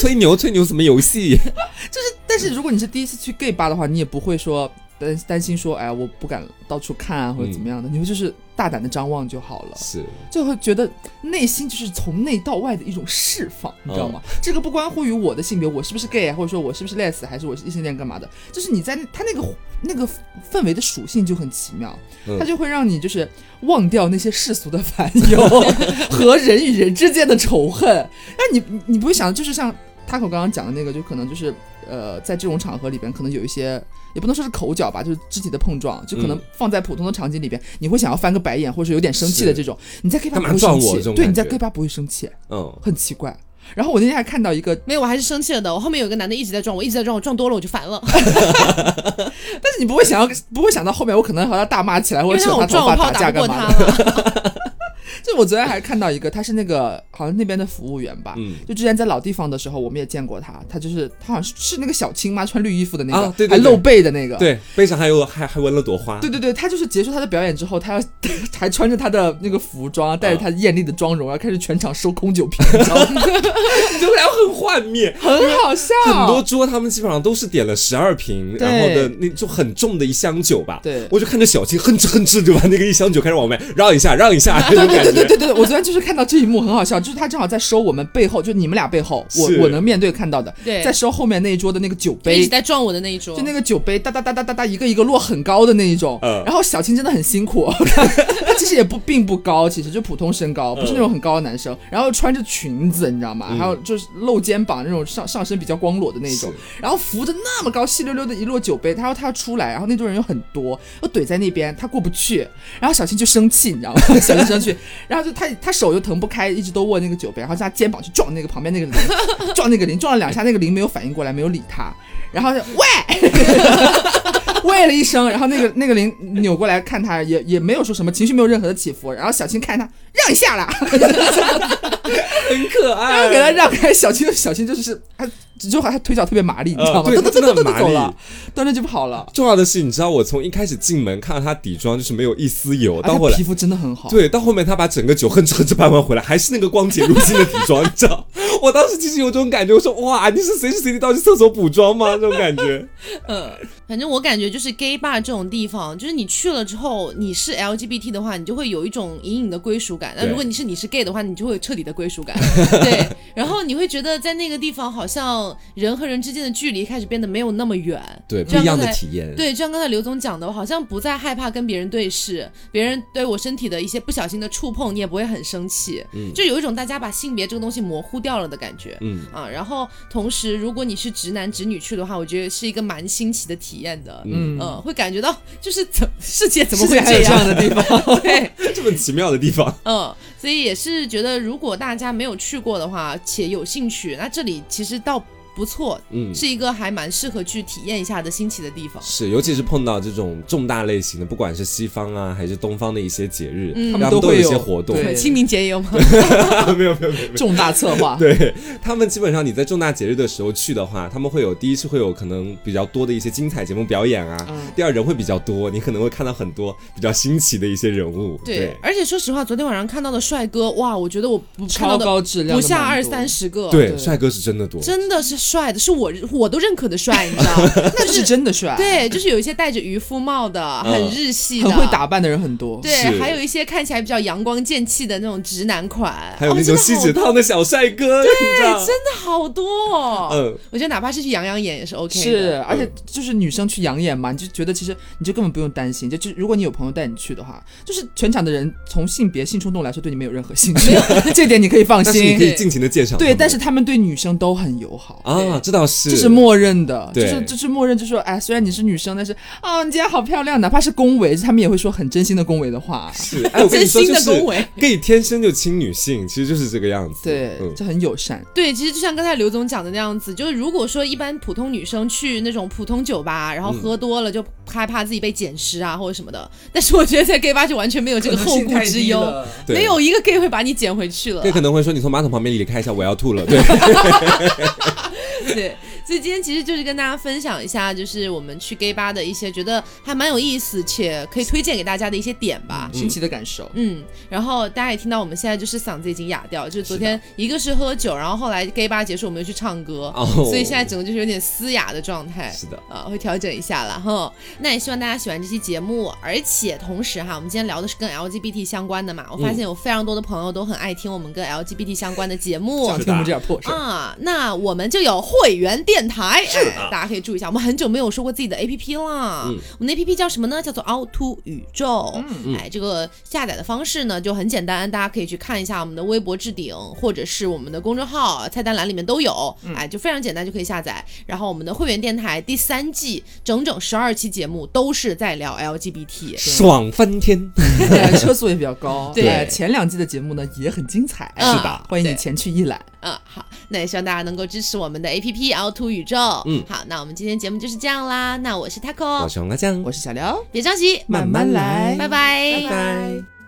B: 吹牛吹牛什么游戏？
C: 但是如果你是第一次去 gay 吧的话，你也不会说担担心说，哎，我不敢到处看啊或者怎么样的，你会就是大胆的张望就好了，
B: 是，
C: 就会觉得内心就是从内到外的一种释放，你知道吗？
B: 嗯
C: 这个不关乎于我的性别，我是不是 gay 啊，或者说我是不是 les，还是我是异性恋干嘛的，就是你在他那个那个氛围的属性就很奇妙，
B: 嗯
C: 它就会让你就是忘掉那些世俗的烦忧 和人与人之间的仇恨，那你你你不会想，就是像 Taco 刚刚讲的那个，就可能就是呃，在这种场合里边，可能有一些也不能说是口角吧，就是肢体的碰撞，就可能
B: 嗯
C: 放在普通的场景里边，你会想要翻个白眼，或者有点生气的
B: 是
C: 这种。你在 gay 吧
B: 干
C: 不
B: 嘛
C: 会
B: 撞
C: 生
B: 我这
C: 气，
B: 种
C: 对，
B: 感
C: 你在
B: 觉
C: gay 吧不会生气，
B: 嗯，
C: 很奇怪。然后我那天还看到一个，
A: 没有，我还是生气了的。我后面有个男的一直在撞我，一直在撞我，撞多了我就烦了，
C: 但是你不会想要，不会想到后面我可能和他大骂起来，
A: 因
C: 或
A: 为
C: 者
A: 他
C: 扯
A: 让我撞我
C: 他头发
A: 怕我
C: 打
A: 打
C: 架
A: 不过
C: 干
A: 他
C: 嘛
A: 嘛
C: 的。。就我昨天还看到一个，他是那个好像那边的服务员吧，
B: 嗯
C: 就之前在老地方的时候，我们也见过他，他就是他好像是是那个小青吗？穿绿衣服的那个，
B: 啊对对对
C: 还露背的那个，
B: 对，背上还有还还纹了朵花，
C: 对对对，他就是结束他的表演之后，他要 还穿着他的那个服装，带着
B: 啊
C: 他艳丽的妆容，然后开始全场收空酒瓶，你知道吗？
B: 你就然后很幻灭。
C: 很好笑，
B: 很多桌他们基本上都是点了十二瓶，
C: 对
B: 然后的那就很重的一箱酒吧。
C: 对
B: 我就看着小青哼哧哼哧就把那个一箱酒开始往外绕一下，绕一下，那
C: 啊对
B: 种
C: 对
B: 感
C: 对对
B: 觉。
C: 对对，我昨天就是看到这一幕很好笑，就是他正好在收我们背后，就你们俩背后，我
B: 是
C: 我能面对看到的，
A: 对
C: 在收后面那一桌的那个酒
A: 就一直
C: 杯，
A: 在撞我的那一桌，
C: 就那个酒杯哒哒哒哒哒哒一个一个落很高的那一种，
B: 嗯
C: 然后小青真的很辛苦， 她其实也不并不高，其实就普通身高，不是那种很高的男生，然后穿着裙子你知道吗？还有就是露肩膀那种上上身比较光裸的那种，然后扶着那么高细溜溜的一摞酒杯，他说他要出来，然后那桌人有很多，又怼在那边，他过不去，然后小青就生气，你知道吗？小青生气，然后就他他手又腾不开，一直都握那个酒杯，然后他肩膀去撞那个旁边那个铃，撞那个铃，撞了两下，那个铃没有反应过来，没有理他，然后就喂。喂 了一声，然后那个那个铃扭过来看他，也也没有说什么情绪，没有任何的起伏。然后小青看他让一下啦，
B: 很可
C: 然后 给他。让开，小青小青就是他，就他腿脚特别麻利，你知
B: 呃，
C: 道吗？
B: 对，
C: 噔
B: 他
C: 噔
B: 真的
C: 噔
B: 很
C: 噔
B: 麻
C: 噔走
B: 利
C: 了。，端着就跑了。
B: 重要的是，你知道我从一开始进门看到他底妆就是没有一丝油，到后
C: 啊他
B: 来
C: 皮肤真的很好，
B: 对，到后面他把整个酒哼哧哼哧搬完回来，还是那个光洁如新的底妆，你知道？ 我当时其实有种感觉，我说哇，你是随时随地到去厕所补妆吗？这种感觉。
A: 反正我感觉就是 gay bar 这种地方，就是你去了之后，你是 LGBT 的话，你就会有一种隐隐的归属感；那
B: 对
A: 如果你是你是 gay 的话，你就会有彻底的归属感。对，然后你会觉得在那个地方，好像人和人之间的距离开始变得没有那么远。
B: 对，
A: 就
B: 不
A: 像
B: 一样
A: 刚
B: 的
A: 才
B: 体验。
A: 对，就像刚才刘总讲的，我好像不再害怕跟别人对视，别人对我身体的一些不小心的触碰，你也不会很生气。就有一种大家把性别这个东西模糊掉了的感觉。
B: 嗯
A: 啊，然后同时，如果你是直男直女去的话，我觉得是一个蛮新奇的体验的。
C: 嗯
A: 呃，会感觉到就是怎世界怎么
C: 世
A: 会
C: 界还有这样的地方？
A: 对，
B: 这么奇妙的地方。
A: 嗯，所以也是觉得，如果大家没有去过的话，且有兴趣，那这里其实倒不错，
B: 嗯，
A: 是一个还蛮适合去体验一下的新奇的地方。
B: 是，尤其是碰到这种重大类型的，不管是西方啊还是东方的一些节日，
A: 嗯他
B: 他
C: 们
B: 们
C: 都
B: 都
C: 会
B: 一些
C: 有
B: 活动。
C: 对
A: 清明节也有吗？
B: 没有没有没有。没有
C: 重大策划，
B: 对他们基本上，你在重大节日的时候去的话，他们会有第一是会有可能比较多的一些精彩节目表演啊，
C: 嗯
B: 第二人会比较多，你可能会看到很多比较新奇的一些人物。
A: 对，而且说实话，昨天晚上看到的帅哥，哇，我觉得我不看
C: 超
A: 到的
C: 高质量
A: 不
C: 的
A: 下
C: 满
A: 二
C: 足
A: 三，十个。
B: 对，
C: 对
B: 帅哥是真的多。
A: 真的是帅的，是我我都认可的帅，你知道？
C: 那是真的帅，，
A: 对，就是有一些戴着渔夫帽的，很日系的，
C: 很会打扮的人很多，
A: 对，
B: 是
A: 还有一些看起来比较阳光剑气的那种直男款，
B: 还有
A: 哦
B: 那种锡纸，烫的小帅哥，对，你知道
A: 哎真的好真的好多哦。
B: 嗯，
A: 我觉得哪怕是去养养眼也是 OK 的。
C: 是，而且就是女生去养眼嘛，你就觉得其实你就根本不用担心，就就如果你有朋友带你去的话，就是全场的人从性别性冲动来说对你没有任何兴趣， 这点你可以放
B: 但是你
C: 心
B: 可。以尽情的鉴赏他们。
C: 对，但是他们对女生都很友好。
B: 啊，这倒是
C: 这是默认的，就
B: 对
C: 是就是默认，就说哎，虽然你是女生，但是哦，你今天好漂亮，哪怕是恭维，他们也会说很真心的恭维的话，
B: 是，哎，我跟你
A: 真
B: 说，
A: 心
B: 就
A: 的
B: 是
A: 恭维。
B: gay 天生就亲女性，其实就是这个样子。
C: 对，
B: 嗯，
C: 就很友善。
A: 对，其实就像刚才刘总讲的那样子，就是如果说一般普通女生去那种普通酒吧，然后
B: 嗯
A: 喝多了就害怕自己被捡尸啊或者什么的，但是我觉得在 gay 吧就完全没有 这个后顾之忧，
B: 对
A: 没有一个 gay 会把你捡回去了。
B: gay 可能会说你从马桶旁边离开一下，我要吐了。对，
A: 对，所以今天其实就是跟大家分享一下，就是我们去 gay 吧的一些觉得还蛮有意思且可以推荐给大家的一些点吧。
C: 啊新奇的感受，
A: 嗯，然后大家也听到我们现在就是嗓子已经哑掉，就是昨
B: 是的
A: 天一个是喝酒，然后后来 gay 吧结束，我们又去唱歌，
B: 哦
A: 所以现在整个就是有点嘶哑的状态。
B: 是的，
A: 啊，会调整一下了哈。那也希望大家喜欢这期节目，而且同时哈，我们今天聊的是跟 LGBT 相关的嘛，我
B: 嗯
A: 发现有非常多的朋友都很爱听我们跟 LGBT 相关的节目，
C: 想听我们这点破事
B: 嗯
C: 儿。
A: 啊，那我们就有会员电台，是嗯大家可以注意一下。我们很久没有说过自己的 APP 啦，我们的 APP 叫什么呢？叫做凹凸宇宙。哎，这个下载的方式呢就很简单，大家可以去看一下我们的微博置顶，或者是我们的公众号菜单栏里面都有，哎，就非常简单就可以下载。然后我们的会员电台第三季整整十二期节目都是在聊 LGBT。
B: 爽翻天。
C: 对， 车速也比较高。
A: 对
C: 哎前两季的节目呢也很精彩，
A: 是的
C: 欢迎
A: 对
C: 你前去一览。
A: 嗯，好，那也希望大家能够支持我们的 A P P 凹凸宇宙。
B: 嗯
A: 好，那我们今天节目就是这样啦。那我是 Taco，
B: 我是黄瓜酱
C: 我，是小廖，
A: 别着急，
C: 慢慢来
A: 嗯拜拜，
B: 拜拜。